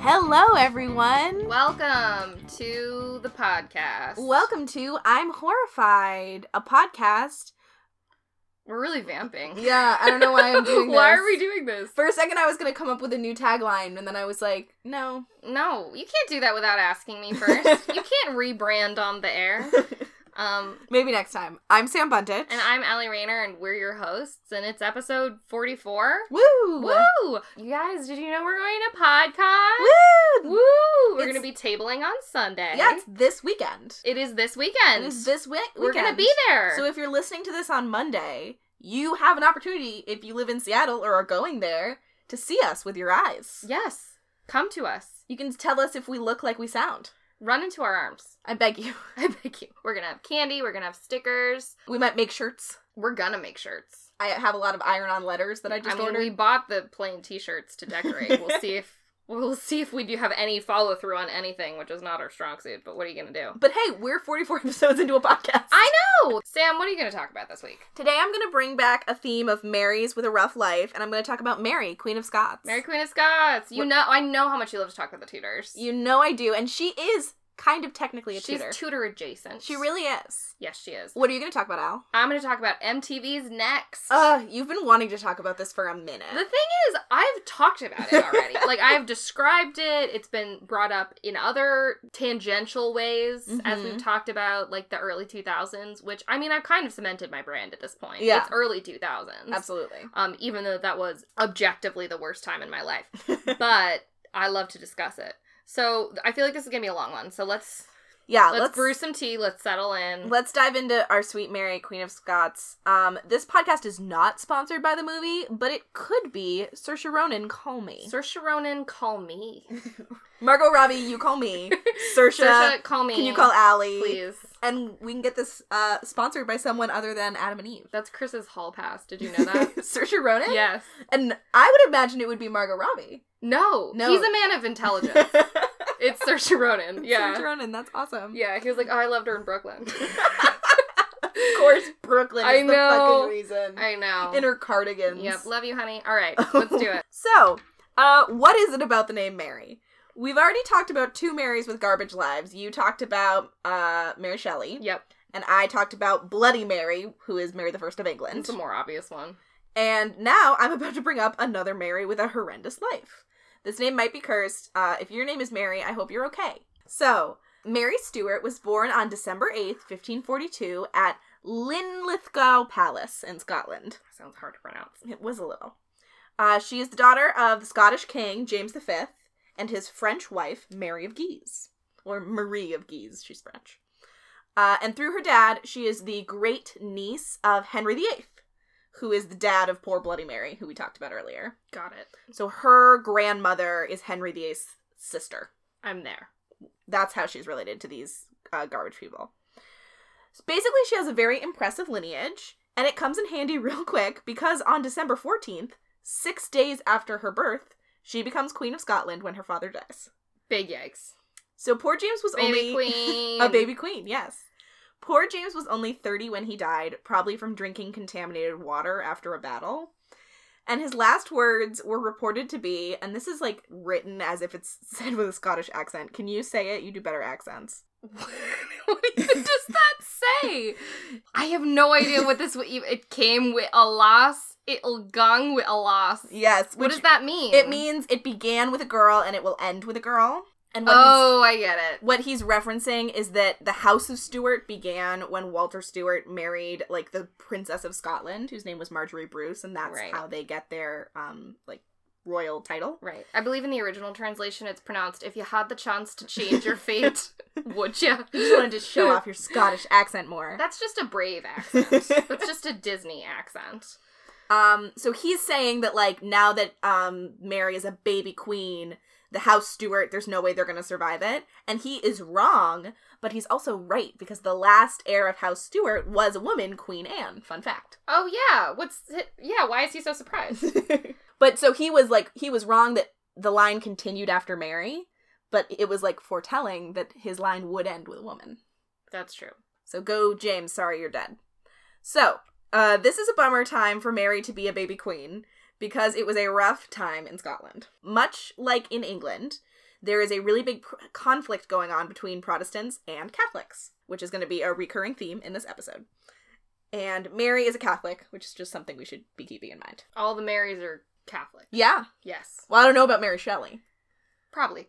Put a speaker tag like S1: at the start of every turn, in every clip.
S1: Hello, everyone.
S2: Welcome to the podcast.
S1: Welcome to I'm Horrified, a podcast.
S2: We're really vamping.
S1: Yeah, I don't know why I'm doing
S2: why
S1: this.
S2: are we doing this?
S1: For a second, I was going to come up with a new tagline, and then I was like, no.
S2: No, you can't do that without asking me first. you can't rebrand on the air. Um,
S1: Maybe next time. I'm Sam Buntich.
S2: and I'm Allie Rayner, and we're your hosts, and it's episode 44.
S1: Woo!
S2: Woo! You guys, did you know we're going to PodCon?
S1: Woo!
S2: Woo! We're
S1: It's-
S2: going to be tabling on Sunday.
S1: Yeah, it's this weekend.
S2: It is this weekend.
S1: It is this week.
S2: we're going to be there.
S1: So if you're listening to this on Monday, you have an opportunity, if you live in Seattle or are going there, to see us with your eyes.
S2: yes. Come to us.
S1: You can tell us if we look like we sound.
S2: Run into our arms.
S1: I beg you.
S2: I beg you. We're gonna have candy. We're gonna have stickers.
S1: We might make shirts.
S2: We're gonna make shirts.
S1: I have a lot of iron-on letters that I just
S2: I mean,
S1: ordered.
S2: we bought the plain T-shirts to decorate. we'll see if we'll see if we do have any follow through on anything, which is not our strong suit. But what are you gonna do?
S1: But hey, we're 44 episodes into a podcast.
S2: I know, Sam. What are you gonna talk about this week?
S1: Today I'm going to bring back a theme of Marys with a rough life, and I'm going to talk about Mary, Queen of Scots.
S2: Mary Queen of Scots. You
S1: What-
S2: know, I know how much you love to talk about the Tudors.
S1: You know I do, and she is kind of technically a
S2: she's
S1: tutor.
S2: Tudor adjacent.
S1: she really is.
S2: Yes, she is.
S1: What are you going to talk about, Al?
S2: I'm gonna talk about MTV's next.
S1: Uh, you've been wanting to talk about this for a minute.
S2: The thing is, I've talked about it already. like I've described it. It's been brought up in other tangential ways as we've
S1: Mhm.
S2: talked about like the early 2000s, which I mean, I've kind of cemented my brand at this point.
S1: Yeah.
S2: It's early 2000s.
S1: Absolutely.
S2: Um even though that was objectively the worst time in my life. but I love to discuss it. So I feel like this is going to be a long one. So let's
S1: Yeah,
S2: let's, brew some tea, let's settle in.
S1: Let's dive into our sweet Mary, Queen of Scots. Um, this podcast is not sponsored by the movie, but it could be. Saoirse Ronan, call me.
S2: Saoirse Ronan, call me.
S1: Margot Robbie, you call me. Saoirse,
S2: Saoirse, call me.
S1: can you call Allie?
S2: please?
S1: And we can get this uh, sponsored by someone other than Adam and Eve.
S2: That's Chris's hall pass. Did you know that?
S1: Saoirse Ronan?
S2: yes.
S1: And I would imagine it would be Margot Robbie.
S2: No,
S1: No.
S2: He's a man of intelligence. it's Saoirse Ronan. Yeah.
S1: Saoirse Ronan, that's awesome.
S2: Yeah. He was like, oh, I loved her in Brooklyn.
S1: Of course, Brooklyn is
S2: I
S1: the
S2: know.
S1: fucking reason.
S2: I know.
S1: In her cardigans.
S2: Yep. Love you, honey. All right. Let's do it.
S1: So, uh, what is it about the name Mary? We've already talked about two Marys with garbage lives. You talked about uh, Mary Shelley,
S2: Yep.
S1: and I talked about Bloody Mary, who is Mary the First of England.
S2: It's a more obvious one.
S1: And now I'm about to bring up another Mary with a horrendous life. This name might be cursed. Uh, if your name is Mary, I hope you're okay. So, Mary Stuart was born on December 8th, 1542, at Linlithgow Palace in Scotland.
S2: Sounds hard to pronounce.
S1: It was a little. Uh, she is the daughter of the Scottish King James V and his French wife Mary of Guise, or Marie of Guise. She's French. Uh, and through her dad, she is the great niece of Henry VIII, who is the dad of poor Bloody Mary, who we talked about earlier.
S2: Got it.
S1: So her grandmother is Henry VIII's sister
S2: I'm there.
S1: that's how she's related to these uh, garbage people. So basically, she has a very impressive lineage, and it comes in handy real quick because on December 14th, six days after her birth, she becomes Queen of Scotland when her father dies.
S2: Big yikes.
S1: So poor James was
S2: Baby
S1: only
S2: queen.
S1: a baby queen, yes. Poor James was only 30 when he died, probably from drinking contaminated water after a battle. And his last words were reported to be, and this is like written as if it's said with a Scottish accent. Can you say it? You do better accents.
S2: what even does that say? I have no idea what this. would even- It came with a loss. It'll gong with a loss.
S1: Yes,
S2: What
S1: which
S2: does that mean?
S1: it means it began with a girl and it will end with a girl. And what, he's,
S2: Oh, I get it.
S1: what he's referencing is that the House of Stuart began when Walter Stuart married like the Princess of Scotland, whose name was Marjorie Bruce, and that's
S2: Right.
S1: how they get their um like royal title.
S2: Right. I believe in the original translation, it's pronounced "If you had the chance to change your fate, would you?"
S1: You just wanted to show off your Scottish accent more.
S2: That's just a brave accent. That's just a Disney accent.
S1: Um, so he's saying that like now that um Mary is a baby queen, the House Stuart, there's no way they're gonna survive it, and he is wrong, but he's also right because the last heir of House Stuart was a woman, Queen Anne. Fun fact.
S2: Oh yeah. What's yeah? Why is he so surprised?
S1: but so he was like he was wrong that the line continued after Mary, but it was like foretelling that his line would end with a woman.
S2: That's true.
S1: So go, James. Sorry you're dead. So, uh, this is a bummer time for Mary to be a baby queen because it was a rough time in Scotland. Much like in England, there is a really big pr- conflict going on between Protestants and Catholics, which is going to be a recurring theme in this episode. And Mary is a Catholic, which is just something we should be keeping in mind.
S2: All the Marys are Catholic.
S1: Yeah.
S2: Yes.
S1: Well, I don't know about Mary Shelley.
S2: Probably.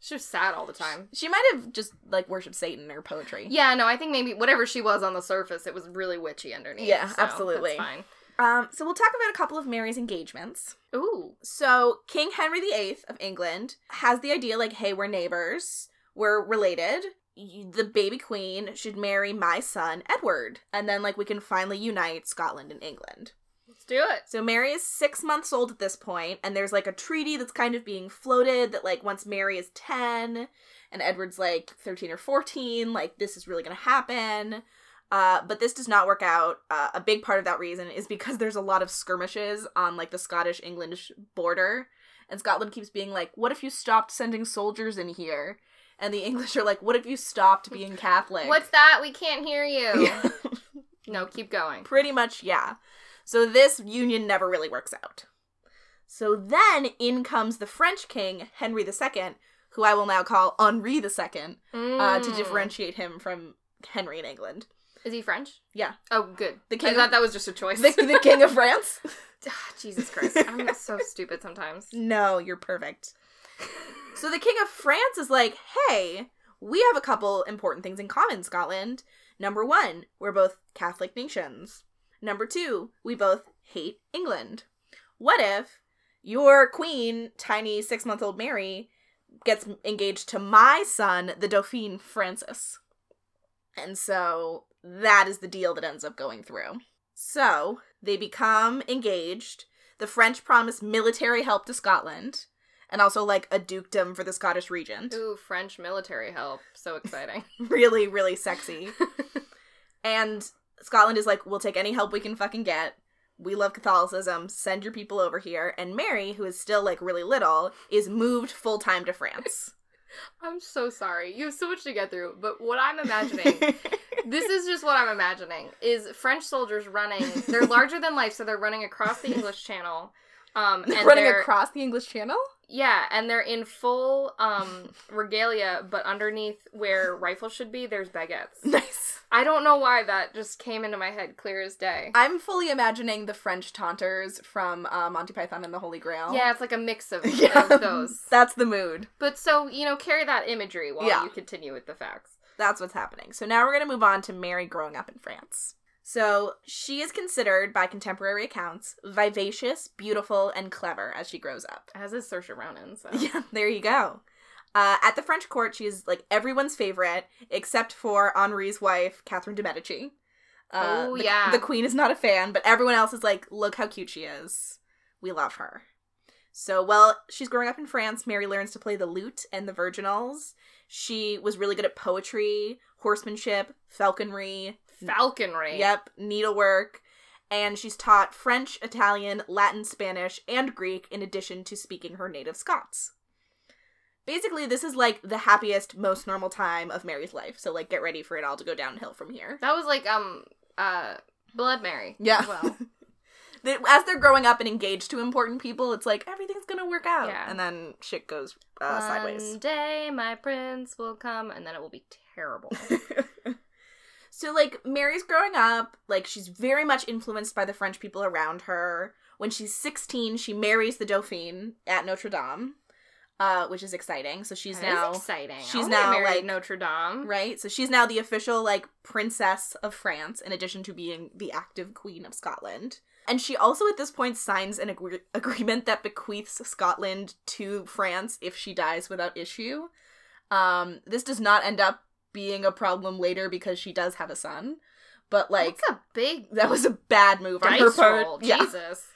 S2: She was sad all the time.
S1: she might have just like worshipped Satan or poetry.
S2: Yeah, no, I think maybe whatever she was on the surface, it was really witchy underneath.
S1: Yeah,
S2: so
S1: absolutely.
S2: That's fine.
S1: Um, so we'll talk about a couple of Mary's engagements.
S2: Ooh.
S1: So King Henry VIII of England has the idea like, hey, we're neighbors, we're related. You- The baby queen should marry my son Edward, and then like we can finally unite Scotland and England.
S2: Let's do it.
S1: So Mary is six months old at this point, and there's like a treaty that's kind of being floated that like once Mary is ten and Edward's like thirteen or fourteen, like this is really gonna happen. Uh, but this does not work out. Uh, a big part of that reason is because there's a lot of skirmishes on like the Scottish English border, and Scotland keeps being like, "What if you stopped sending soldiers in here?" And the English are like, "What if you stopped being Catholic?"
S2: What's that? We can't hear you.
S1: Yeah.
S2: No, keep going.
S1: Pretty much, yeah. So this union never really works out. So then in comes the French king, Henry II, who I will now call Henri II, uh, to
S2: Mm.
S1: differentiate him from Henry in England.
S2: Is he French?
S1: Yeah.
S2: Oh, good.
S1: The
S2: I
S1: king
S2: thought
S1: of-
S2: that was just a choice.
S1: The, the king of France?
S2: Ah, Jesus Christ. I'm so stupid sometimes.
S1: No, you're perfect. So the king of France is like, hey, we have a couple important things in common, Scotland. Number one, we're both Catholic nations. Number two, we both hate England. What if your queen, tiny six month old Mary, gets engaged to my son, the Dauphin Francis? And so that is the deal that ends up going through. So they become engaged. The French promise military help to Scotland and also like a dukedom for the Scottish regent.
S2: Ooh, French military help. So exciting.
S1: Really, really sexy. and Scotland is like, we'll take any help we can fucking get. We love Catholicism. Send your people over here. And Mary, who is still like really little, is moved full time to France.
S2: I'm so sorry. You have so much to get through, but what I'm imagining this is just what I'm imagining is French soldiers running. They're larger than life, so they're running across the English Channel. Um, and
S1: Running
S2: they're,
S1: across the English Channel?
S2: yeah, and they're in full um regalia, but underneath where rifles should be, there's baguettes.
S1: Nice.
S2: I don't know why that just came into my head clear as day.
S1: I'm fully imagining the French taunters from uh, Monty Python and the Holy Grail.
S2: Yeah, it's like a mix of,
S1: Yeah.
S2: of those.
S1: That's the mood.
S2: But so you know, carry that imagery while
S1: Yeah.
S2: you continue with the facts.
S1: That's what's happening. So now we're going to move on to Mary growing up in France. So she is considered, by contemporary accounts, vivacious, beautiful, and clever as she grows up.
S2: As is Saoirse Ronan. So
S1: Yeah, there you go. Uh, at the French court, she is like everyone's favorite except for Henri's wife, Catherine de Medici. Uh,
S2: Oh,
S1: the-
S2: yeah.
S1: The queen is not a fan, but everyone else is like, look how cute she is. We love her. So while she's growing up in France, Mary learns to play the lute and the virginals. She was really good at poetry, horsemanship, falconry,
S2: falconry.
S1: Yep, needlework. And she's taught French, Italian, Latin, Spanish, and Greek in addition to speaking her native Scots. Basically, this is like the happiest, most normal time of Mary's life. So, like, get ready for it all to go downhill from here.
S2: That was like um uh Blood Mary. as
S1: Yeah.
S2: well.
S1: They- As they're growing up and engaged to important people, it's like everything's gonna work out.
S2: Yeah. Um,
S1: And then shit goes uh,
S2: One
S1: sideways.
S2: day my prince will come, and then it will be terrible.
S1: so like Mary's growing up, like she's very much influenced by the French people around her. When she's 16, she marries the Dauphin at Notre Dame, uh, which is exciting. So she's
S2: That is
S1: now
S2: exciting.
S1: she's
S2: She's
S1: now,
S2: now married
S1: like-
S2: at Notre Dame.
S1: right. So she's now the official like princess of France, in addition to being the active queen of Scotland. And she also at this point signs an agree- agreement that bequeaths Scotland to France if she dies without issue. Um, this does not end up being a problem later because she does have a son, but like
S2: That's a big
S1: that was a bad move on her
S2: dice
S1: part.
S2: roll.
S1: Yeah.
S2: Jesus.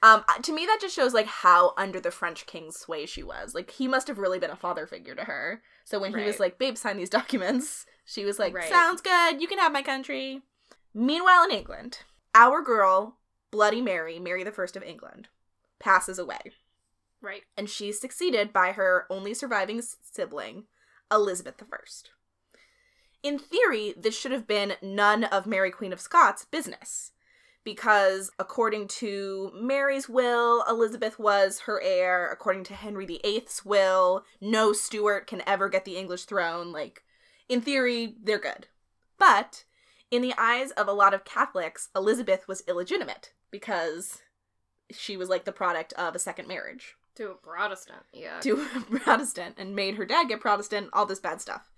S1: Um, to me, that just shows like how under the French king's sway she was. Like he must have really been a father figure to her. So when he was
S2: Right.
S1: like, "Babe, sign these documents," she was like,
S2: Right.
S1: "Sounds good. You can have my country." Meanwhile, in England, our girl, Bloody Mary, Mary the First of England, passes away,
S2: Right.
S1: and she's succeeded by her only surviving s- sibling, Elizabeth the First. In theory, this should have been none of Mary Queen of Scots' business because according to Mary's will, Elizabeth was her heir. According to Henry VIII's will, no Stuart can ever get the English throne. Like, in theory, they're good. But in the eyes of a lot of Catholics, Elizabeth was illegitimate because she was like the product of a second marriage
S2: To a Protestant, yeah.
S1: to a Protestant and made her dad get Protestant, all this bad stuff.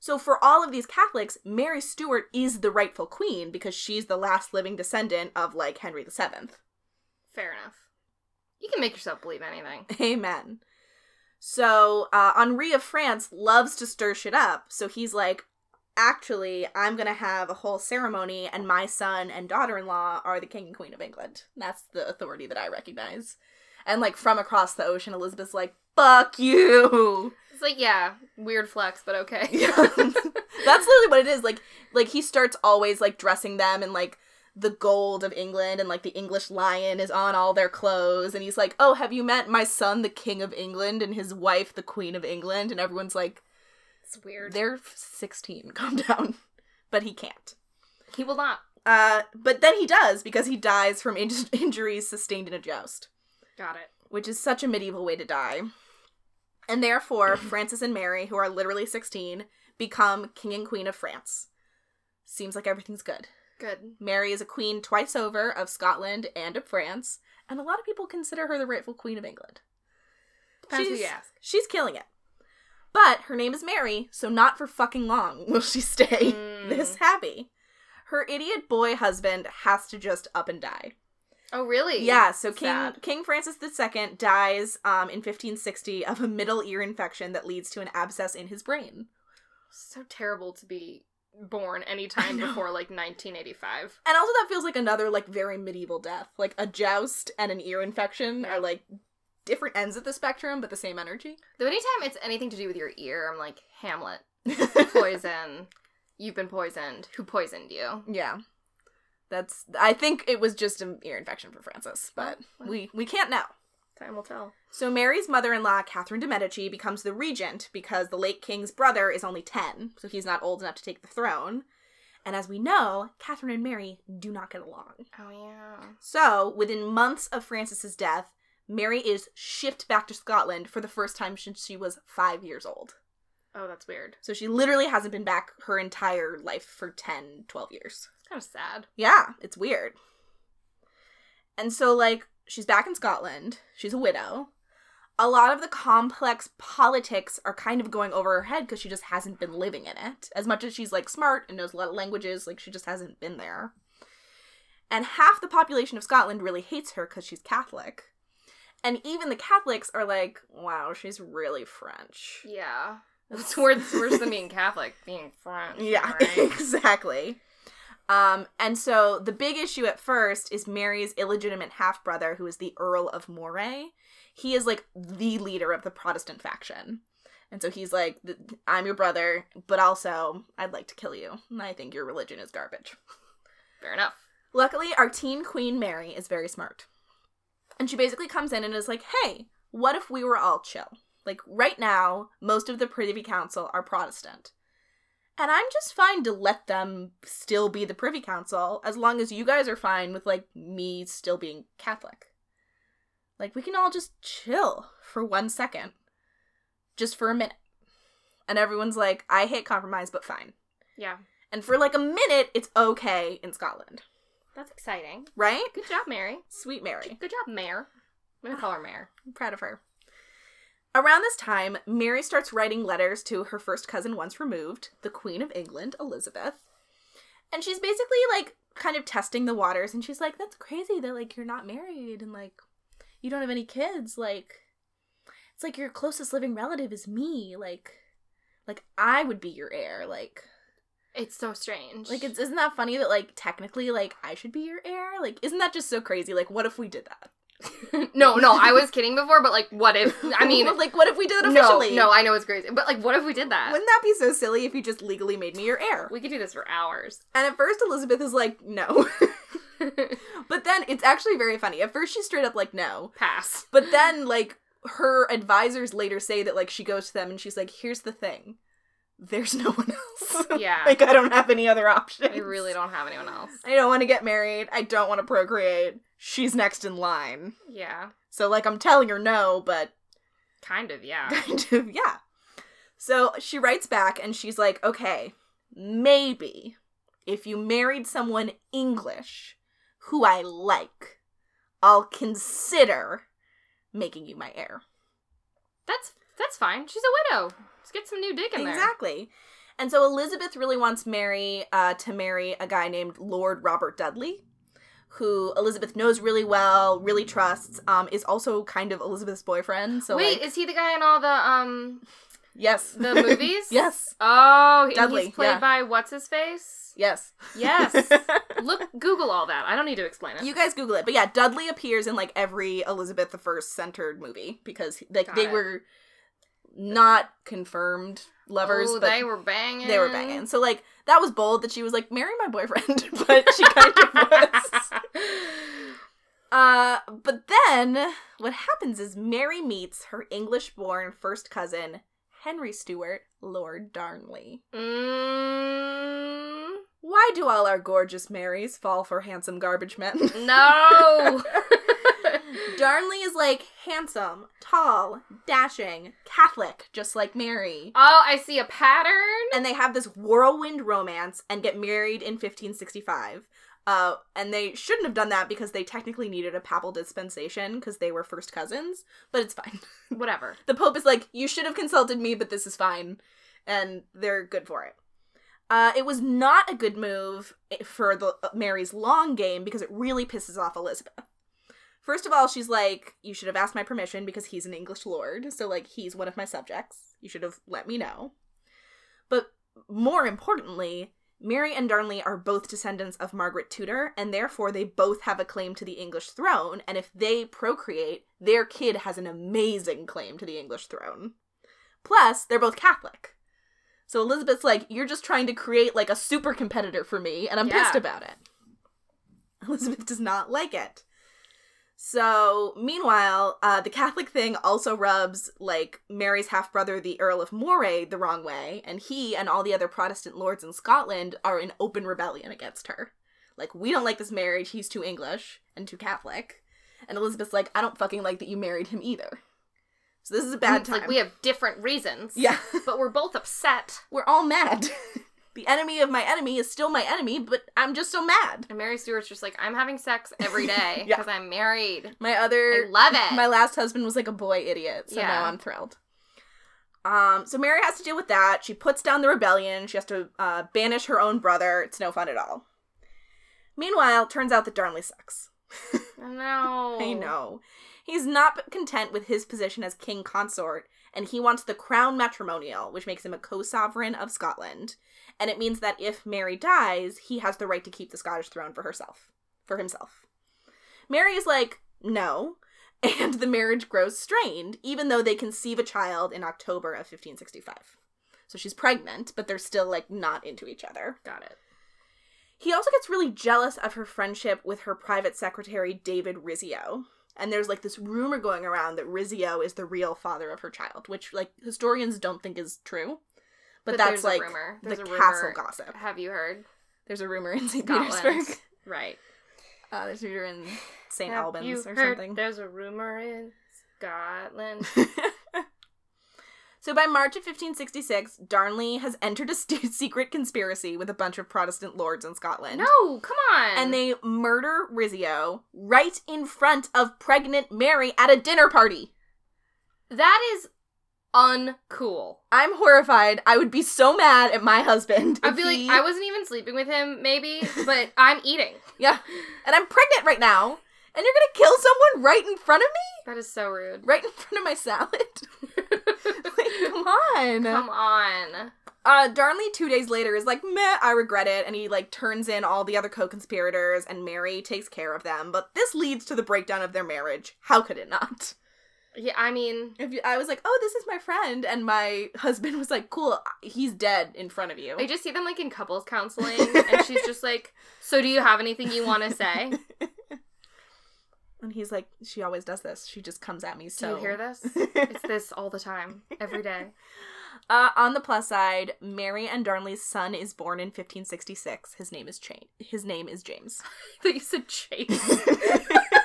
S1: So, for all of these Catholics, Mary Stuart is the rightful queen because she's the last living descendant of like Henry VII.
S2: Fair enough. You can make yourself believe anything.
S1: Amen. So uh, Henri of France loves to stir shit up. So he's like, actually, I'm going to have a whole ceremony, and my son and daughter in law are the king and queen of England. That's the authority that I recognize. And like from across the ocean, Elizabeth's like, fuck you.
S2: It's like, yeah, weird flex, but okay.
S1: That's literally what it is. Like, like he starts always like dressing them in like the gold of England, and like the English lion is on all their clothes. And he's like, "Oh, have you met my son, the King of England, and his wife, the Queen of England?" And everyone's like,
S2: it's weird.
S1: "They're sixteen. Calm down." But he can't.
S2: He will not.
S1: Uh, but then he does because he dies from inj injuries sustained in a joust
S2: Got it.
S1: which is such a medieval way to die. And therefore, Francis and Mary, who are literally 16, become king and queen of France. Seems like everything's good.
S2: Good.
S1: Mary is a queen twice over of Scotland and of France, and a lot of people consider her the rightful queen of England.
S2: Depends who
S1: She's-
S2: you ask.
S1: She's killing it. But her name is Mary, so not for fucking long will she stay
S2: Mm.
S1: this happy. Her idiot boy husband has to just up and die.
S2: Oh, really?
S1: Yeah, so King
S2: Sad.
S1: King Francis II dies um, in 1560 of a middle ear infection that leads to an abscess in his brain.
S2: So terrible to be born
S1: I
S2: anytime
S1: know.
S2: before like 1985.
S1: And also that feels like another like very medieval death. Like a joust and an ear infection are like different ends of the spectrum but the same energy.
S2: Though anytime it's anything to do with your ear, I'm like, Hamlet, poison. You've been poisoned. Who poisoned you?
S1: yeah. That's I think it was just an ear infection for Francis, but
S2: Well,
S1: we we can't know.
S2: Time will tell.
S1: So Mary's mother-in-law, Catherine de Medici, becomes the regent because the late king's brother is only 10, so he's not old enough to take the throne. And as we know, Catherine and Mary do not get along.
S2: Oh yeah.
S1: So, within months of Francis's death, Mary is shipped back to Scotland for the first time since she was 5 years old.
S2: Oh, that's weird.
S1: So she literally hasn't been back her entire life for 10, 12 years.
S2: It's kind of sad.
S1: Yeah, it's weird. And so, like, she's back in Scotland. She's a widow. A lot of the complex politics are kind of going over her head because she just hasn't been living in it. As much as she's, like, smart and knows a lot of languages, like, she just hasn't been there. And half the population of Scotland really hates her because she's Catholic. And even the Catholics are like, wow, she's really French.
S2: Yeah. It's worse, worse than being Catholic, being French.
S1: Yeah,
S2: right?
S1: exactly. Um, and so the big issue at first is Mary's illegitimate half brother, who is the Earl of Moray. He is like the leader of the Protestant faction. And so he's like, th- I'm your brother, but also I'd like to kill you. And I think your religion is garbage.
S2: Fair enough.
S1: Luckily, our teen queen Mary is very smart. And she basically comes in and is like, hey, what if we were all chill? Like, right now, most of the Privy Council are Protestant. And I'm just fine to let them still be the Privy Council as long as you guys are fine with, like, me still being Catholic. Like, we can all just chill for one second, just for a minute. And everyone's like, I hate compromise, but fine.
S2: Yeah.
S1: And for like a minute, it's okay in Scotland,
S2: That's exciting.
S1: right?
S2: Good job, Mary.
S1: Sweet Mary.
S2: Good job, Mayor. I'm gonna call her Mayor.
S1: I'm proud of her. Around this time, Mary starts writing letters to her first cousin once removed, the Queen of England, Elizabeth. And she's basically like kind of testing the waters and she's like, That's crazy that like you're not married and like you don't have any kids. Like it's like your closest living relative is me. Like like I would be your heir. Like
S2: It's so strange.
S1: like it's isn't that funny that like technically like I should be your heir? Like isn't that just so crazy? Like what if we did that?
S2: no, no. I was kidding before, but like, what if? I mean,
S1: like what if we did it
S2: no,
S1: officially?
S2: no. I know it's crazy, but like, what if we did that?
S1: Wouldn't that be so silly if you just legally made me your heir?
S2: we could do this for hours.
S1: And at first, Elizabeth is like, no. but then it's actually very funny. At first, she's straight up like, no.
S2: Pass.
S1: But then, like, her advisors later say that, like, she goes to them and she's like, here's the thing there's no one else.
S2: Yeah.
S1: like I don't have any other option.
S2: I really don't have anyone else.
S1: I don't want to get married. I don't want to procreate. She's next in line.
S2: Yeah.
S1: So like I'm telling her no, but
S2: Kind of, yeah.
S1: kind of yeah. So she writes back and she's like, "Okay, maybe if you married someone English who I like, I'll consider making you my heir."
S2: That's that's fine. She's a widow. Let's get some new dick in there.
S1: Exactly. And so Elizabeth really wants Mary uh, to marry a guy named Lord Robert Dudley, who Elizabeth knows really well, really trusts, um, is also kind of Elizabeth's boyfriend. So
S2: Wait,
S1: like,
S2: is he the guy in all the um
S1: yes,
S2: the movies?
S1: yes,
S2: Oh, and
S1: Dudley,
S2: he's played
S1: yeah.
S2: by what's his face?
S1: yes.
S2: Yes. Look, Google all that. I don't need to explain it.
S1: you guys Google it, but yeah, Dudley appears in like every Elizabeth the First centered movie because like
S2: Got
S1: they
S2: it.
S1: were not confirmed lovers,
S2: Ooh,
S1: but
S2: Oh, they were banging.
S1: they were banging. So like that was bold that she was like marry my boyfriend, but she kind of was. Uh, but then what happens is Mary meets her English-born first cousin, Henry Stewart, Lord Darnley.
S2: mm,
S1: Why do all our gorgeous Marys fall for handsome garbage men?
S2: no.
S1: Darnley is like handsome, tall, dashing, Catholic, just like Mary.
S2: oh, I see a pattern.
S1: And they have this whirlwind romance and get married in 1565. Uh, and they shouldn't have done that because they technically needed a papal dispensation because they were first cousins, but it's fine.
S2: Whatever.
S1: the Pope is like, you should have consulted me, but this is fine. And they're good for it. Uh, it was not a good move eh, for the uh, Mary's long game because it really pisses off Elizabeth. First of all, she's like, you should have asked my permission because he's an English lord, so like he's one of my subjects. You should have let me know. But more importantly, Mary and Darnley are both descendants of Margaret Tudor, and therefore they both have a claim to the English throne, and if they procreate, their kid has an amazing claim to the English throne. Plus, they're both Catholic. So Elizabeth's like, you're just trying to create like a super competitor for me, and I'm
S2: Yeah.
S1: pissed about it. Elizabeth does not like it. So, meanwhile, uh, the Catholic thing also rubs like Mary's half brother, the Earl of Moray, the wrong way, and he and all the other Protestant lords in Scotland are in open rebellion against her. Like, we don't like this marriage. He's too English and too Catholic. And Elizabeth's like, I don't fucking like that you married him either. So this is a bad
S2: it's
S1: time.
S2: like we have different reasons.
S1: yeah,
S2: But we're both upset.
S1: we're all mad. the enemy of my enemy is still my enemy, but I'm just so mad.
S2: And Mary Stewart's just like, I'm having sex every day
S1: Yeah.
S2: because I'm married.
S1: My
S2: I
S1: other
S2: love it.
S1: my last husband was like a boy idiot, so
S2: Yeah.
S1: now I'm thrilled. Um, so Mary has to deal with that. She puts down the rebellion. She has to uh, banish her own brother. It's no fun at all. Meanwhile, turns out that Darnley sucks.
S2: no.
S1: I know. He's not content with his position as king consort, and he wants the crown matrimonial, which makes him a co sovereign of Scotland. And it means that if Mary dies, he has the right to keep the Scottish throne for herself, for himself. Mary is like, no. And the marriage grows strained, even though they conceive a child in October of 1565. So she's pregnant, but they're still like not into each other.
S2: Got it.
S1: He also gets really jealous of her friendship with her private secretary, David Rizzio. And there's like this rumor going around that Rizzio is the real father of her child, which like historians don't think is true. But,
S2: But
S1: that's
S2: there's a
S1: like
S2: rumor.
S1: the
S2: There's a rumor.
S1: castle gossip.
S2: Have you heard?
S1: There's a rumor in St.
S2: Scotland.
S1: Petersburg.
S2: Right.
S1: Uh, there's a rumor in St.
S2: Have you
S1: Albans or
S2: heard
S1: something.
S2: There's a rumor in Scotland.
S1: so by March of 1566, Darnley has entered a st- secret conspiracy with a bunch of Protestant lords in Scotland.
S2: no, come on.
S1: and they murder Rizzio right in front of pregnant Mary at a dinner party.
S2: that is uncool.
S1: I'm horrified. I would be so mad at my husband.
S2: I
S1: if
S2: feel
S1: he-
S2: like I wasn't even sleeping with him, maybe, but I'm eating.
S1: yeah, and I'm pregnant right now, and you're gonna kill someone right in front of
S2: That is so rude.
S1: me, right in front of my salad. like, come on.
S2: Come on.
S1: Uh, Darnley two days later is like, meh, I regret it, and he like turns in all the other co-conspirators, and Mary takes care of them. But this leads to the breakdown of their marriage. How could it not?
S2: Yeah, I mean,
S1: If you, I was like, "Oh, this is my friend," and my husband was like, "Cool, he's dead in front of you."
S2: I just see them like in couples counseling, and she's just like, "So, do you have anything you want to say?
S1: and he's like, "She always does this. She just comes at me."
S2: Do
S1: So
S2: you hear this? It's this all the time, every day."
S1: Uh, on the plus side, Mary and Darnley's son is born in 1566. His name is Chain. His name is James.
S2: thought you said Chase.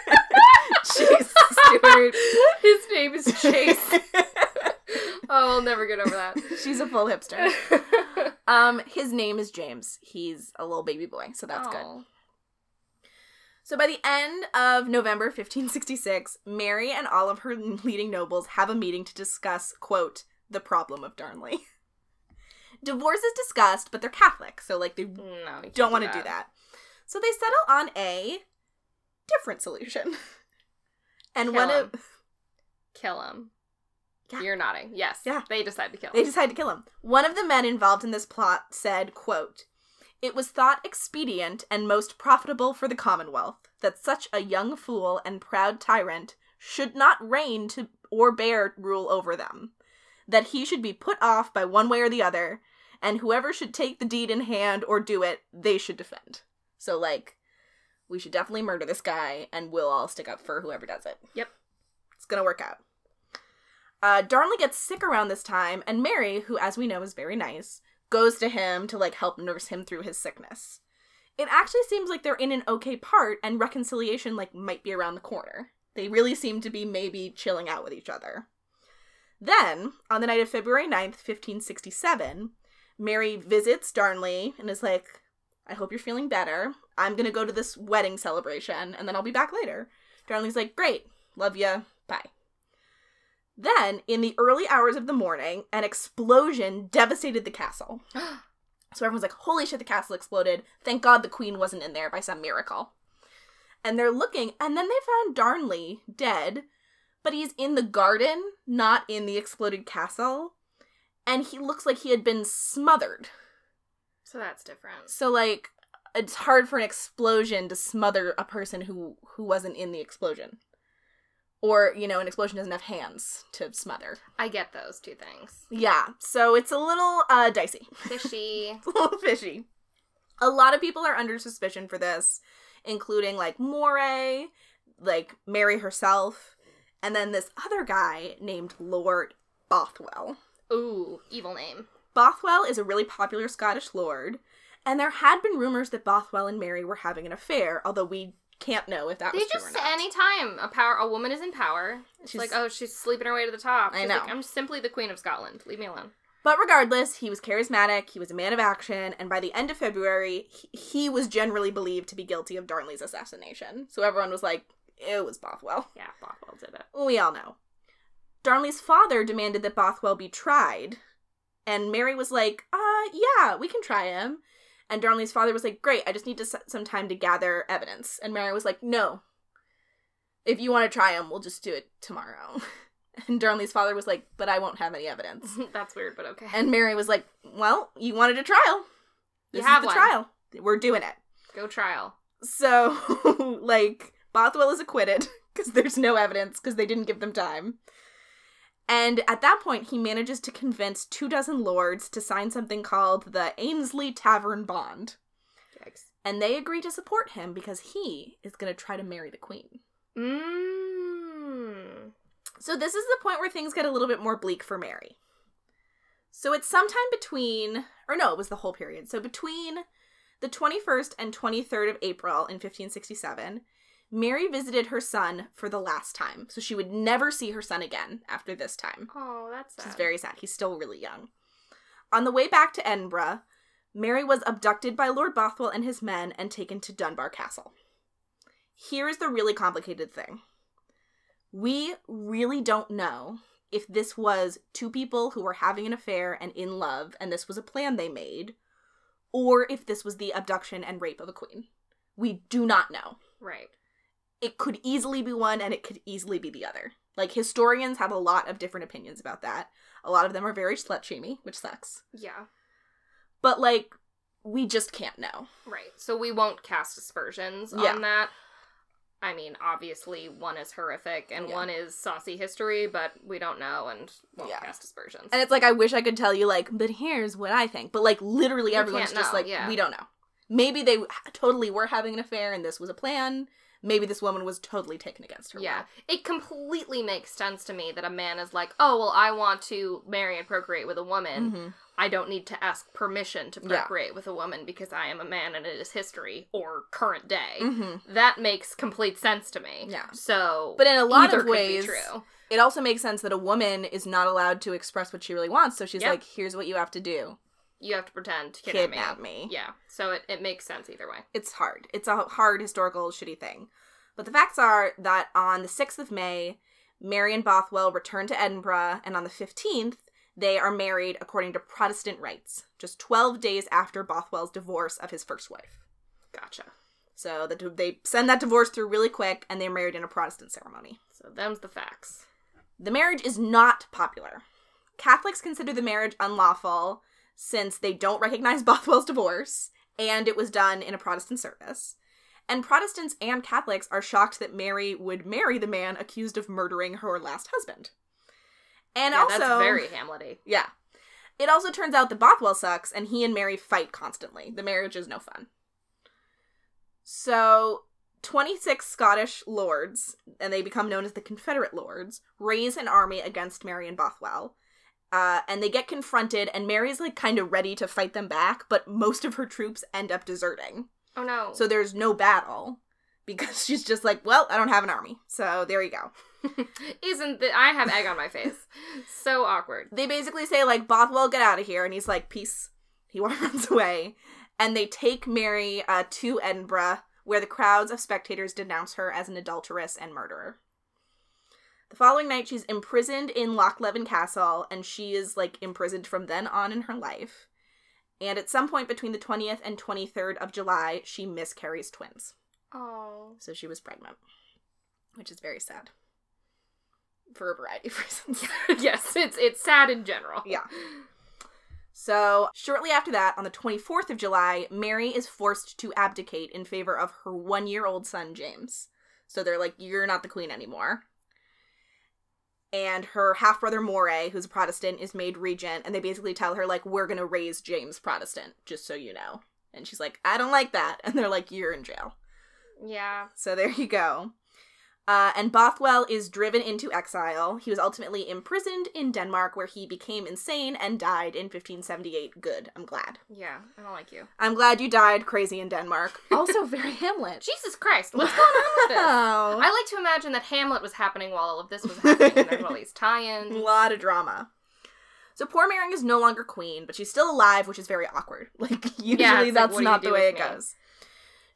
S1: Jeez, Stuart.
S2: His name is Chase. Oh, I'll never get over that.
S1: She's a full hipster. Um, his name is James. He's a little baby boy, so that's good.
S2: Oh.
S1: So by the end of November 1566, Mary and all of her leading nobles have a meeting to discuss, quote, the problem of Darnley. Divorce is discussed, but they're Catholic, so like they
S2: No, you
S1: don't want to do that. So they settle on a different solution. And
S2: Kill
S1: one of
S2: him. Kill him.
S1: Yeah.
S2: You're nodding. Yes.
S1: Yeah.
S2: They decide to kill him.
S1: They decided to kill him. One of the men involved in this plot said, quote, It was thought expedient and most profitable for the Commonwealth that such a young fool and proud tyrant should not reign to or bear rule over them, that he should be put off by one way or the other, and whoever should take the deed in hand or do it, they should defend. So like we should definitely murder this guy and we'll all stick up for whoever does it.
S2: Yep.
S1: It's gonna work out. Uh, Darnley gets sick around this time, and Mary, who as we know is very nice, goes to him to like help nurse him through his sickness. It actually seems like they're in an okay part, and reconciliation like might be around the corner. They really seem to be maybe chilling out with each other. Then, on the night of February 9th, 1567, Mary visits Darnley and is like, I hope you're feeling better. I'm gonna go to this wedding celebration and then I'll be back later. Darnley's like, Great, love ya, bye. Then, in the early hours of the morning, an explosion devastated the castle. So everyone's like, Holy shit, the castle exploded. Thank God the queen wasn't in there by some miracle. And they're looking, and then they found Darnley dead, but he's in the garden, not in the exploded castle. And he looks like he had been smothered.
S2: so that's different.
S1: So like it's hard for an explosion to smother a person who who wasn't in the explosion. Or, you know, an explosion doesn't have hands to smother.
S2: I get those two things.
S1: Yeah. So it's a little uh dicey.
S2: Fishy.
S1: It's a little fishy. A lot of people are under suspicion for this, including like Moray, like Mary herself, and then this other guy named Lord Bothwell.
S2: Ooh, evil name.
S1: Bothwell is a really popular Scottish lord, and there had been rumors that Bothwell and Mary were having an affair, although we can't know if that
S2: They
S1: was
S2: just
S1: true or not.
S2: anytime a power a woman is in power, it's
S1: She's-
S2: like, oh, she's sleeping her way to the top.
S1: I
S2: She's
S1: know.
S2: Like, I'm simply the queen of Scotland. Leave me alone.
S1: but regardless, he was charismatic, he was a man of action, and by the end of February, he, he was generally believed to be guilty of Darnley's assassination. So everyone was like, it was Bothwell.
S2: Yeah, Bothwell did it.
S1: We all know. Darnley's father demanded that Bothwell be tried, and Mary was like, uh, yeah, we can try him. And Darnley's father was like, great, I just need to set some time to gather evidence. And Mary was like, no. If you want to try him, we'll just do it tomorrow. And Darnley's father was like, but I won't have any evidence.
S2: that's weird, but okay.
S1: And Mary was like, well, you wanted a trial.
S2: You
S1: This
S2: have
S1: is the
S2: one.
S1: trial. We're doing it.
S2: Go trial.
S1: So, like, Bothwell is acquitted because there's no evidence because they didn't give them time. And at that point, he manages to convince two dozen lords to sign something called the Ainsley Tavern Bond.
S2: Yikes.
S1: And they agree to support him because he is going to try to marry the queen.
S2: Mmm.
S1: So, this is the point where things get a little bit more bleak for Mary. So, it's sometime between, or no, it was the whole period. So, between the 21st and 23rd of April in 1567, Mary visited her son for the last time. So, she would never see her son again after this time.
S2: Oh, that's sad.
S1: Which is very sad. He's still really young. On the way back to Edinburgh, Mary was abducted by Lord Bothwell and his men and taken to Dunbar Castle. Here is the really complicated thing. We really don't know if this was two people who were having an affair and in love and this was a plan they made, or if this was the abduction and rape of a queen. We do not know
S2: right.
S1: it could easily be one and it could easily be the other. Like historians have a lot of different opinions about that. A lot of them are very slut shamey, which sucks.
S2: Yeah.
S1: But like we just can't know.
S2: Right. So we won't cast aspersions
S1: Yeah.
S2: on that. I mean, obviously, one is horrific and
S1: Yeah.
S2: one is saucy history, but we don't know and won't
S1: Yeah.
S2: cast aspersions.
S1: And it's like I wish I could tell you like, but here's what I think. But like literally
S2: You
S1: everyone's
S2: can't
S1: just
S2: know,
S1: like
S2: yeah.
S1: we don't know. Maybe they totally were having an affair and this was a plan. maybe this woman was totally taken against her.
S2: Yeah. It completely makes sense to me that a man is like, oh, well, I want to marry and procreate with a woman.
S1: will. Mhm.
S2: I don't need to ask permission to
S1: Yeah.
S2: procreate with a woman because I am a man and it is history or current day.
S1: Mhm.
S2: That makes complete sense to me.
S1: Yeah.
S2: So,
S1: But in a lot
S2: either
S1: of
S2: could be
S1: ways,
S2: true.
S1: it also makes sense that a woman is not allowed to express what she really wants. So she's
S2: Yeah.
S1: like, here's what you have to do
S2: You have to pretend to kidnap,
S1: kidnap,
S2: me.
S1: me.
S2: Yeah. So it, it makes sense either way.
S1: It's hard. It's a hard, historical, shitty thing. But the facts are that on the 6th of May, Mary and Bothwell return to Edinburgh, and on the 15th, they are married according to Protestant rites, just 12 days after Bothwell's divorce of his first wife.
S2: Gotcha.
S1: So the, they send that divorce through really quick, and they're married in a Protestant ceremony.
S2: So them's the facts.
S1: The marriage is not popular. Catholics consider the marriage unlawful since they don't recognize Bothwell's divorce and it was done in a Protestant service. And Protestants and Catholics are shocked that Mary would marry the man accused of murdering her last husband. And
S2: yeah,
S1: also,
S2: that's very Hamlety.
S1: yeah. It also turns out that Bothwell sucks and he and Mary fight constantly. The marriage is no fun. So, 26 Scottish lords, and they become known as the Confederate lords, raise an army against Mary and Bothwell. Uh, and they get confronted, and Mary's like kind of ready to fight them back, but most of her troops end up deserting.
S2: Oh no.
S1: So there's no battle because she's just like, well, I don't have an army. So there you go.
S2: isn't that I have egg on my face. So awkward.
S1: they basically say like bothwell get out of here and he's like peace he runs away and they take mary uh, to edinburgh where the crowds of spectators denounce her as an adulteress and murderer the following night she's imprisoned in lochleven castle and she is like imprisoned from then on in her life and at some point between the 20th and 23rd of july she miscarries twins
S2: Oh.
S1: so she was pregnant which is very sad for a variety of reasons
S2: yes, it's it's sad in general.
S1: Yeah. So, shortly after that, on the 24th of July, Mary is forced to abdicate in favor of her one year old son, James. So they're like, you're not the queen anymore. And her half brother, Moray, who's a Protestant, is made regent. And they basically tell her, like, we're going to raise James Protestant, just so you know. And she's like, I don't like that. And they're like, you're in jail.
S2: Yeah.
S1: So there you go. Uh, and Bothwell is driven into exile. He was ultimately imprisoned in Denmark, where he became insane and died in 1578. Good. I'm glad.
S2: Yeah. I don't like you.
S1: I'm glad you died crazy in Denmark. Also, very Hamlet.
S2: Jesus Christ, what's going on with this?
S1: Wow.
S2: I like to imagine that Hamlet was happening while all of this was happening, and there's all these
S1: A
S2: tie-ins.
S1: lot of drama. So poor Mary is no longer queen, but she's still alive, which is very awkward. Like usually
S2: Yeah, it's like,
S1: that's
S2: what do you
S1: not
S2: do
S1: the way it
S2: with me?
S1: goes.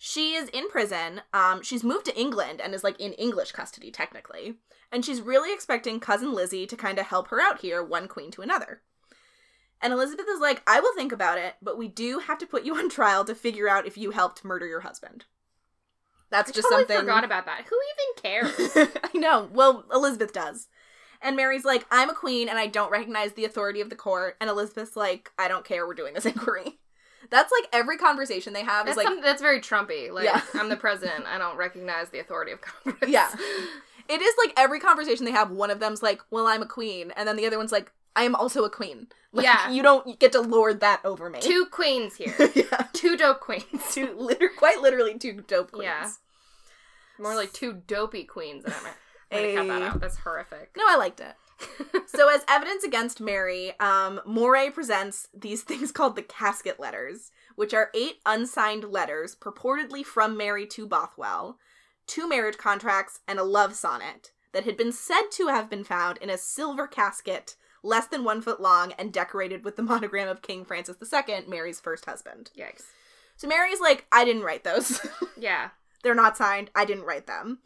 S1: She is in prison. Um, she's moved to England and is like in English custody technically, and she's really expecting cousin Lizzie to kind of help her out here, one queen to another. And Elizabeth is like, "I will think about it, but we do have to put you on trial to figure out if you helped murder your husband." That's
S2: I
S1: just
S2: totally
S1: something.
S2: forgot about that. Who even cares?
S1: I know. Well, Elizabeth does. And Mary's like, I'm a queen and I don't recognize the authority of the court. And Elizabeth's like, I don't care. We're doing this inquiry. That's like every conversation they have
S2: That's,
S1: is like,
S2: some- that's very Trumpy. Like
S1: Yeah.
S2: I'm the president. I don't recognize the authority of Congress.
S1: Yeah. it is like every conversation they have. One of them's like, Well, I'm a queen. And then the other one's like, I am also a queen. Like,
S2: Yeah.
S1: You don't get to lord that over me.
S2: Two queens here.
S1: yeah.
S2: Two dope queens.
S1: Two, liter- quite literally two dope queens.
S2: Yeah. More like two dopey queens. I'm gonna cut that
S1: Hey.
S2: out. That's horrific.
S1: No, I liked it. so, as evidence against Mary, um, Moray presents these things called the casket letters, which are eight unsigned letters purportedly from Mary to Bothwell, two marriage contracts, and a love sonnet that had been said to have been found in a silver casket less than one foot long and decorated with the monogram of King Francis II, Mary's first husband.
S2: Yikes.
S1: So, Mary's like, I didn't write those.
S2: Yeah.
S1: they're not signed. I didn't write them.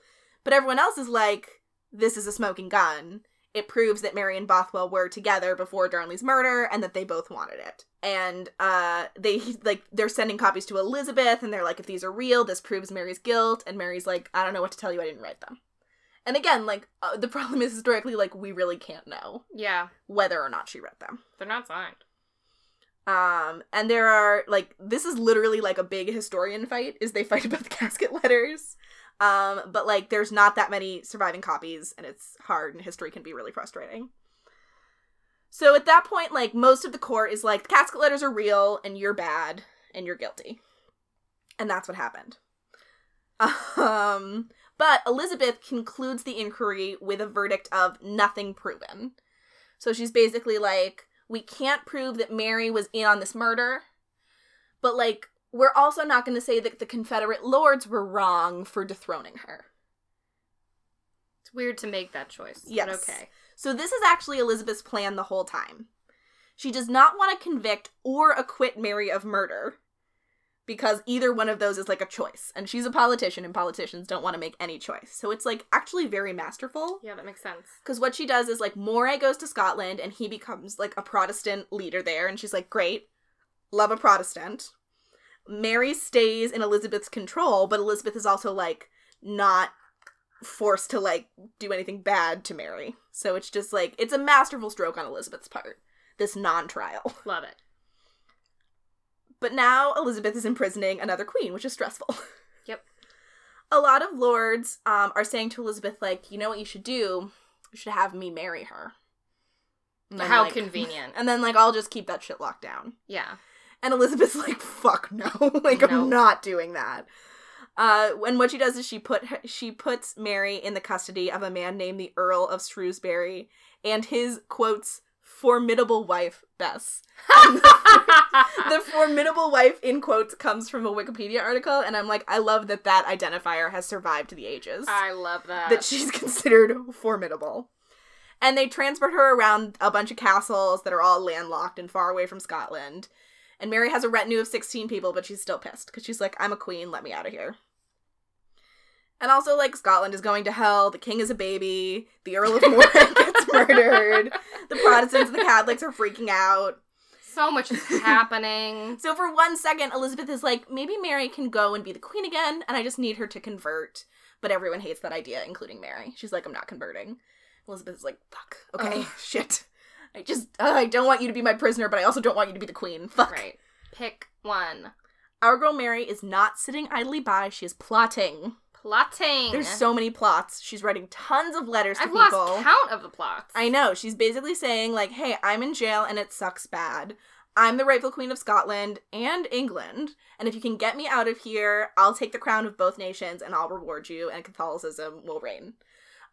S1: But everyone else is like, this is a smoking gun. It proves that Mary and Bothwell were together before Darnley's murder and that they both wanted it. And uh they like they're sending copies to Elizabeth and they're like, if these are real, this proves Mary's guilt. And Mary's like, I don't know what to tell you. I didn't write them. And again, like uh, the problem is historically, like we really can't know
S2: Yeah.
S1: whether or not she wrote them.
S2: They're not signed.
S1: Um, and there are like this is literally like a big historian fight is they fight about the casket letters. Um, but like there's not that many surviving copies and it's hard and history can be really frustrating. So at that point, like most of the court is like the casket letters are real and you're bad and you're guilty. And that's what happened. Um, but Elizabeth concludes the inquiry with a verdict of nothing proven. So she's basically like, we can't prove that Mary was in on this murder, but like, we're also not going to say that the Confederate lords were wrong for dethroning her.
S2: It's weird to make that choice. but
S1: Yes.
S2: okay.
S1: So this is actually Elizabeth's plan the whole time. She does not want to convict or acquit Mary of murder because either one of those is like a choice. And she's a politician and politicians don't want to make any choice. So it's like actually very masterful
S2: Yeah, that makes sense.
S1: because what she does is like Moray goes to Scotland and he becomes like a Protestant leader there and she's like great. Love a Protestant. Mary stays in Elizabeth's control, but Elizabeth is also like not forced to like do anything bad to Mary. So it's just like it's a masterful stroke on Elizabeth's part. This non-trial.
S2: Love it.
S1: But now Elizabeth is imprisoning another queen, which is stressful.
S2: Yep.
S1: A lot of lords um, are saying to Elizabeth, like, you know what you should do? You should have me marry her. And then,
S2: How
S1: like-
S2: convenient.
S1: And then, like, I'll just keep that shit locked down.
S2: Yeah.
S1: And Elizabeth's like, fuck no. like,
S2: No.
S1: I'm not doing that. Uh, and what she does is she put her, she puts Mary in the custody of a man named the Earl of Shrewsbury and his quotes formidable wife Bess. And the formidable wife in quotes comes from a Wikipedia article, and I'm like, I love that that identifier has survived the ages.
S2: I love that.
S1: that she's considered formidable. And they transport her around a bunch of castles that are all landlocked and far away from Scotland. And Mary has a retinue of 16 people, but she's still pissed because she's like, I'm a queen, let me out of here. And also, like, Scotland is going to hell, the king is a baby, the Earl of Moray gets murdered, the Protestants and the Catholics are freaking out.
S2: so much is happening.
S1: So for one second, Elizabeth is like, maybe Mary can go and be the queen again, and I just need her to convert. But everyone hates that idea, including Mary. She's like, I'm not converting. Elizabeth is like, fuck, okay,
S2: Ugh.
S1: shit. I just, uh, I don't want you to be my prisoner, but I also don't want you to be the queen. Fuck.
S2: Right. Pick one.
S1: Our girl Mary is not sitting idly by. She is plotting.
S2: Plotting.
S1: There's so many plots. She's writing tons of letters to
S2: I've
S1: people.
S2: lost count of the plots.
S1: I know. She's basically saying, like, hey, I'm in jail and it sucks bad. I'm the rightful queen of Scotland and England. And if you can get me out of here, I'll take the crown of both nations and I'll reward you, and Catholicism will reign.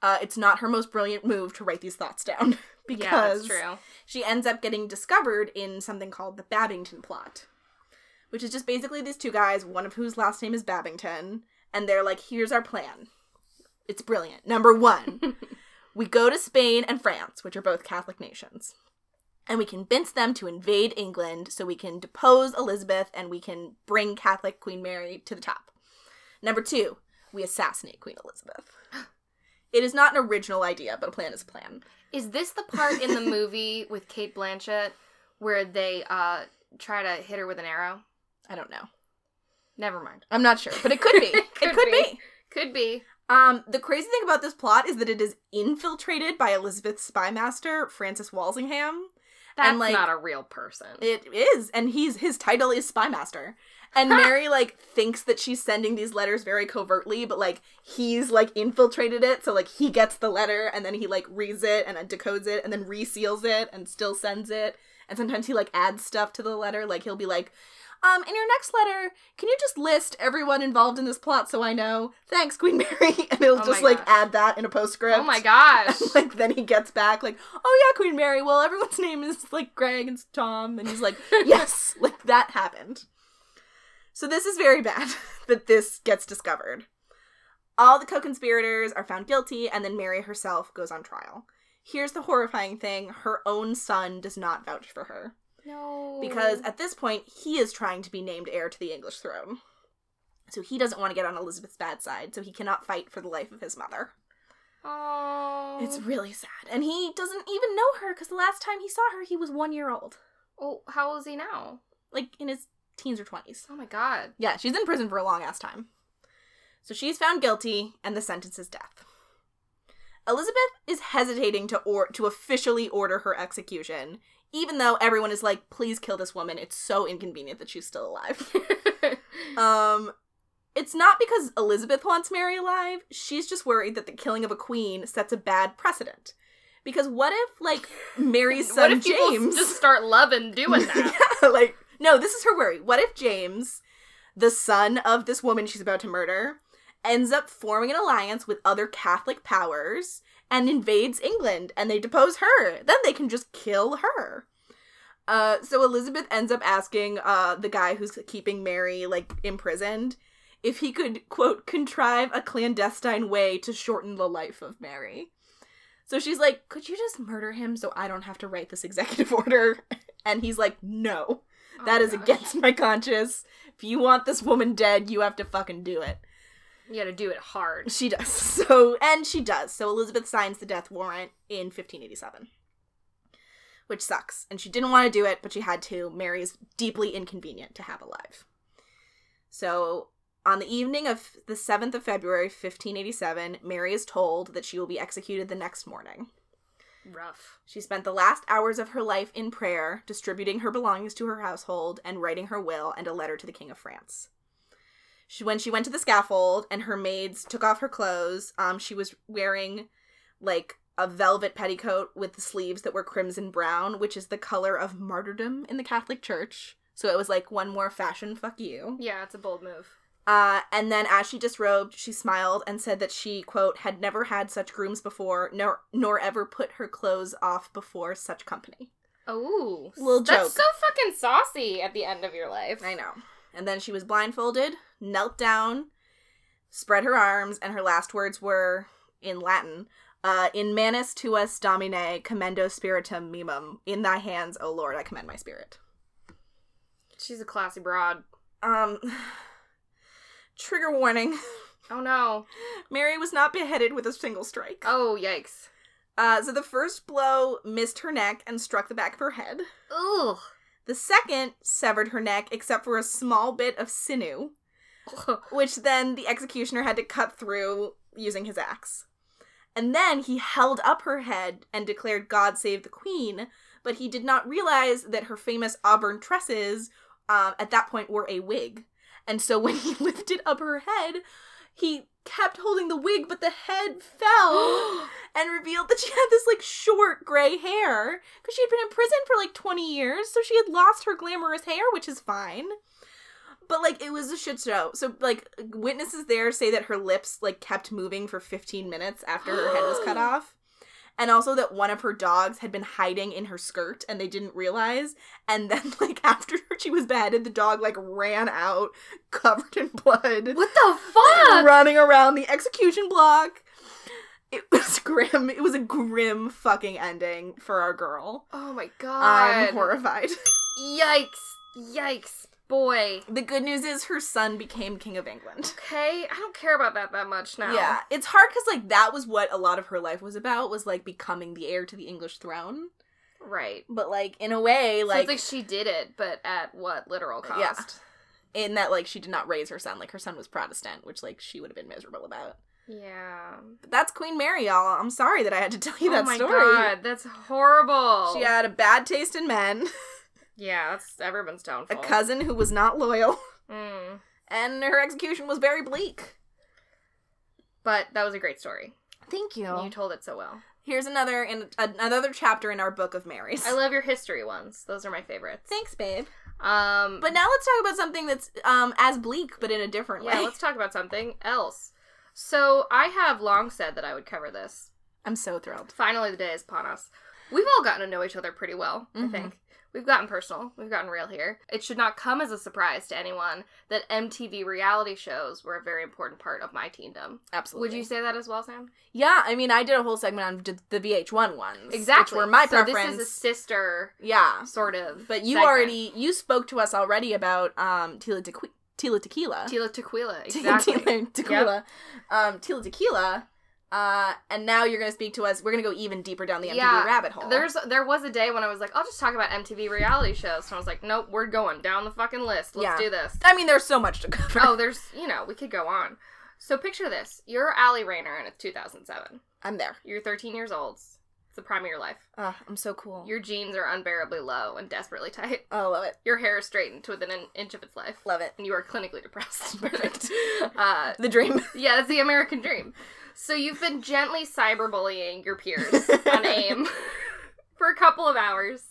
S1: Uh, it's not her most brilliant move to write these thoughts down
S2: yeah, that's
S1: because
S2: true.
S1: she ends up getting discovered in something called the Babington plot, which is just basically these two guys, one of whose last name is Babington, and they're like, here's our plan. It's brilliant. Number one, we go to Spain and France, which are both Catholic nations, and we convince them to invade England so we can depose Elizabeth and we can bring Catholic Queen Mary to the top. Number two, we assassinate Queen Elizabeth. It is not an original idea, but a plan is a plan.
S2: Is this the part in the movie with Kate Blanchett where they uh try to hit her with an arrow?
S1: I don't know.
S2: Never mind.
S1: I'm not sure, but it could be.
S2: Could
S1: it
S2: be.
S1: could be.
S2: Could be.
S1: Um, the crazy thing about this plot is that it is infiltrated by Elizabeth's spymaster, Francis Walsingham.
S2: That's
S1: And, like-
S2: not a real person.
S1: It is, and he's his title is spymaster. And Mary like thinks that she's sending these letters very covertly, but like he's like infiltrated it, so like he gets the letter and then he like reads it and then decodes it and then reseals it and still sends it. And sometimes he like adds stuff to the letter, like he'll be like, um, in your next letter, can you just list everyone involved in this plot so I know? Thanks, Queen Mary. And he'll
S2: Oh my
S1: just like
S2: gosh.
S1: add that in a postscript.
S2: oh my gosh.
S1: And, like then he gets back like, "Oh yeah, Queen Mary. Well, everyone's name is like Greg and Tom." And he's like, "Yes, like that happened." So this is very bad that this gets discovered. All the co-conspirators are found guilty and then Mary herself goes on trial. Here's the horrifying thing, her own son does not vouch for her
S2: no.
S1: because at this point he is trying to be named heir to the English throne. So he doesn't want to get on Elizabeth's bad side, so he cannot fight for the life of his mother.
S2: oh.
S1: It's really sad. And he doesn't even know her because the last time he saw her, he was one year old,
S2: Oh, how old is he now?
S1: like in his teens or 20s.
S2: Oh my god.
S1: Yeah, she's in prison for a long ass time. So she's found guilty, and the sentence is death. Elizabeth is hesitating to or to officially order her execution, even though everyone is like, "Please kill this woman. It's so inconvenient that she's still alive." Um, it's not because Elizabeth wants Mary alive. She's just worried that the killing of a queen sets a bad precedent. Because what if, like, Mary's son
S2: what if people
S1: James?
S2: just start loving doing that? Oh
S1: yeah, like, no, this is her worry. What if James, the son of this woman she's about to murder, ends up forming an alliance with other Catholic powers and invades England, and they depose her. Then they can just kill her. Uh, so Elizabeth ends up asking uh, the guy who's keeping Mary like imprisoned if he could quote contrive a clandestine way to shorten the life of Mary. So she's like, "Could you just murder him so I don't have to write this executive order?" And he's like, "No,
S2: Oh
S1: that
S2: my
S1: is
S2: gosh.
S1: against my conscience. If you want this woman dead, you have to fucking do it."
S2: You gotta do it hard.
S1: She does. So, and she does. So Elizabeth signs the death warrant in 1587, which sucks. And she didn't want to do it, but she had to. Mary is deeply inconvenient to have alive. So, on the evening of the 7th of February, 1587, Mary is told that she will be executed the next morning.
S2: Rough.
S1: She spent the last hours of her life in prayer, distributing her belongings to her household, and writing her will and a letter to the King of France. She, when she went to the scaffold and her maids took off her clothes, um, she was wearing like a velvet petticoat with the sleeves that were crimson brown, which is the color of martyrdom in the Catholic Church. So it was like one more fashion fuck you.
S2: Yeah, it's a bold move.
S1: Uh, and then as she disrobed, she smiled and said that she, quote, had never had such grooms before, nor, nor ever put her clothes off before such company.
S2: Oh,
S1: Little
S2: that's
S1: joke.
S2: so fucking saucy at the end of your life.
S1: I know. And then she was blindfolded, knelt down, spread her arms, and her last words were in Latin. Uh, in manus tuas domine commendo spiritum memum. In thy hands, O Lord, I commend my spirit.
S2: She's a classy broad.
S1: Um, trigger warning.
S2: Oh no.
S1: Mary was not beheaded with a single strike.
S2: Oh yikes.
S1: Uh, so the first blow missed her neck and struck the back of her head.
S2: Ugh.
S1: The second severed her neck except for a small bit of sinew, which then the executioner had to cut through using his axe. And then he held up her head and declared God save the Queen, but he did not realize that her famous auburn tresses um, at that point were a wig. And so when he lifted up her head, he kept holding the wig, but the head fell. and revealed that she had this like short gray hair because she had been in prison for like 20 years so she had lost her glamorous hair which is fine but like it was a shit show so like witnesses there say that her lips like kept moving for 15 minutes after her head was cut off and also that one of her dogs had been hiding in her skirt and they didn't realize and then like after she was beheaded the dog like ran out covered in blood
S2: what the fuck?
S1: running around the execution block. It was grim. It was a grim fucking ending for our girl.
S2: Oh my
S1: I'm
S2: god.
S1: horrified.
S2: Yikes. Yikes. Boy.
S1: The good news is her son became king of England.
S2: Okay, I don't care about that that much now.
S1: Yeah, it's hard because like that was what a lot of her life was about was like becoming the heir to the English throne.
S2: Right.
S1: But like in a way,
S2: so
S1: like,
S2: it's like she did it, but at what literal cost?
S1: Yeah. in that like she did not raise her son. Like her son was Protestant, which like she would have been miserable about.
S2: Yeah.
S1: But that's Queen Mary, y'all. I'm sorry that I had to tell you
S2: oh
S1: that
S2: my
S1: story.
S2: god, that's horrible.
S1: She had a bad taste in men.
S2: yeah, that's everyone's
S1: a
S2: downfall.
S1: cousin who was not loyal,
S2: Mm.
S1: and her execution was very bleak.
S2: But that was a great story.
S1: Thank
S2: You told it so well.
S1: Here's another in another chapter in our book of Marys.
S2: I love your history ones. Those are my favorites.
S1: Thanks, babe.
S2: Um,
S1: But now let's talk about something that's um as bleak but in a different
S2: yeah,
S1: way.
S2: let's talk about something else. So I have long said that I would cover this.
S1: I'm so thrilled.
S2: Finally, the day is upon us. We've all gotten to know each other pretty well, I
S1: Mhm.
S2: think. We've gotten personal. We've gotten real here. It should not come as a surprise to anyone that MTV reality shows were a very important part of my teendom.
S1: Absolutely.
S2: Would you say that as well, Sam?
S1: Yeah, I mean, I did a whole segment on d- the VH1 ones,
S2: Exactly.
S1: which were my
S2: so
S1: preference.
S2: this is a sister
S1: yeah,
S2: sort of.
S1: but you
S2: segment.
S1: already you spoke to us already about um Tila Tequi- Tila Tequila.
S2: Tila Tequila.
S1: Te-
S2: Exactly.
S1: Tila Tequila, um, Tila Tequila, uh, and now you're gonna speak to us. We're gonna go even deeper down the MTV
S2: Yeah,
S1: rabbit hole.
S2: There's there was a day when I was like, I'll just talk about MTV reality shows, and I was like, nope, we're going down the fucking list. Let's
S1: Yeah.
S2: do this.
S1: I mean, there's so much to cover.
S2: oh, there's you know we could go on. So picture this: you're Allie Rayner, and it's 2007.
S1: I'm there.
S2: You're 13 years old. It's the prime of your life.
S1: Oh, I'm so cool.
S2: Your jeans are unbearably low and desperately tight.
S1: oh, love it.
S2: Your hair is straightened to within an inch of its life,
S1: Love it.
S2: and you are clinically depressed.
S1: Perfect.
S2: uh,
S1: the dream.
S2: yeah, that's the American dream. So you've been gently cyberbullying your peers on AIM for a couple of hours,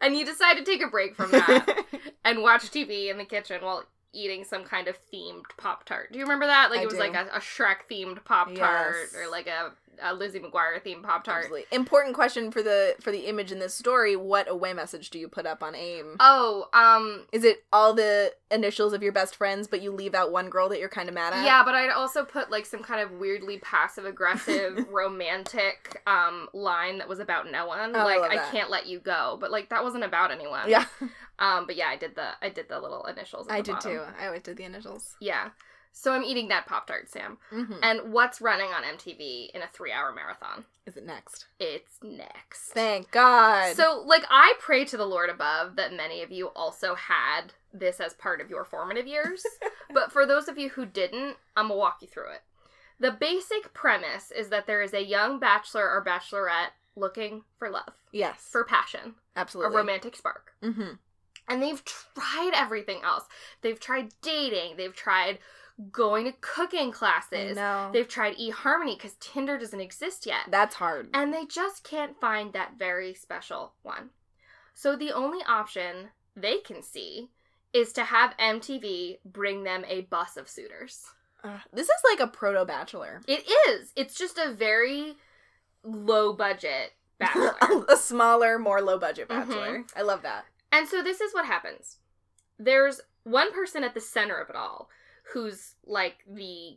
S2: and you decide to take a break from that and watch TV in the kitchen while eating some kind of themed Pop Tart. Do you remember that? Like
S1: I
S2: it was
S1: do.
S2: like a, a Shrek themed Pop Tart
S1: Yes.
S2: or like a, a Lizzie McGuire themed Pop Tart.
S1: Absolutely. Important question for the for the image in this story. What away message do you put up on AIM?
S2: Oh, um,
S1: Is it all the initials of your best friends, but you leave out one girl that you're kind of mad at?
S2: yeah, but I'd also put like some kind of weirdly passive aggressive romantic um line that was about no one.
S1: Oh, I
S2: like
S1: love
S2: I,
S1: that.
S2: can't let you go, but like that wasn't about anyone.
S1: Yeah,
S2: Um, but yeah, I did the I did the little initials. At
S1: I
S2: the
S1: did
S2: bottom.
S1: too. I always did the initials.
S2: Yeah. So I'm eating that Pop Tart, Sam.
S1: Mm-hmm.
S2: And what's running on MTV in a three hour marathon?
S1: Is it next?
S2: It's next.
S1: Thank God.
S2: So, like, I pray to the Lord above that many of you also had this as part of your formative years. but for those of you who didn't, I'm gonna walk you through it. The basic premise is that there is a young bachelor or bachelorette looking for love,
S1: yes,
S2: for passion, a
S1: absolutely.
S2: romantic spark.
S1: Mm-hmm.
S2: And they've tried everything else. They've tried dating, they've tried going to cooking classes,
S1: No,
S2: they've tried eHarmony because Tinder doesn't exist yet.
S1: that's hard.
S2: And they just can't find that very special one. So the only option they can see is to have MTV bring them a bus of suitors.
S1: Ugh. this is like a proto Bachelor,
S2: It is. It's just a very low budget bachelor. Mm-hmm.
S1: a smaller, more low budget Bachelor. I love that.
S2: And so this is what happens. There's one person at the center of it all who's like the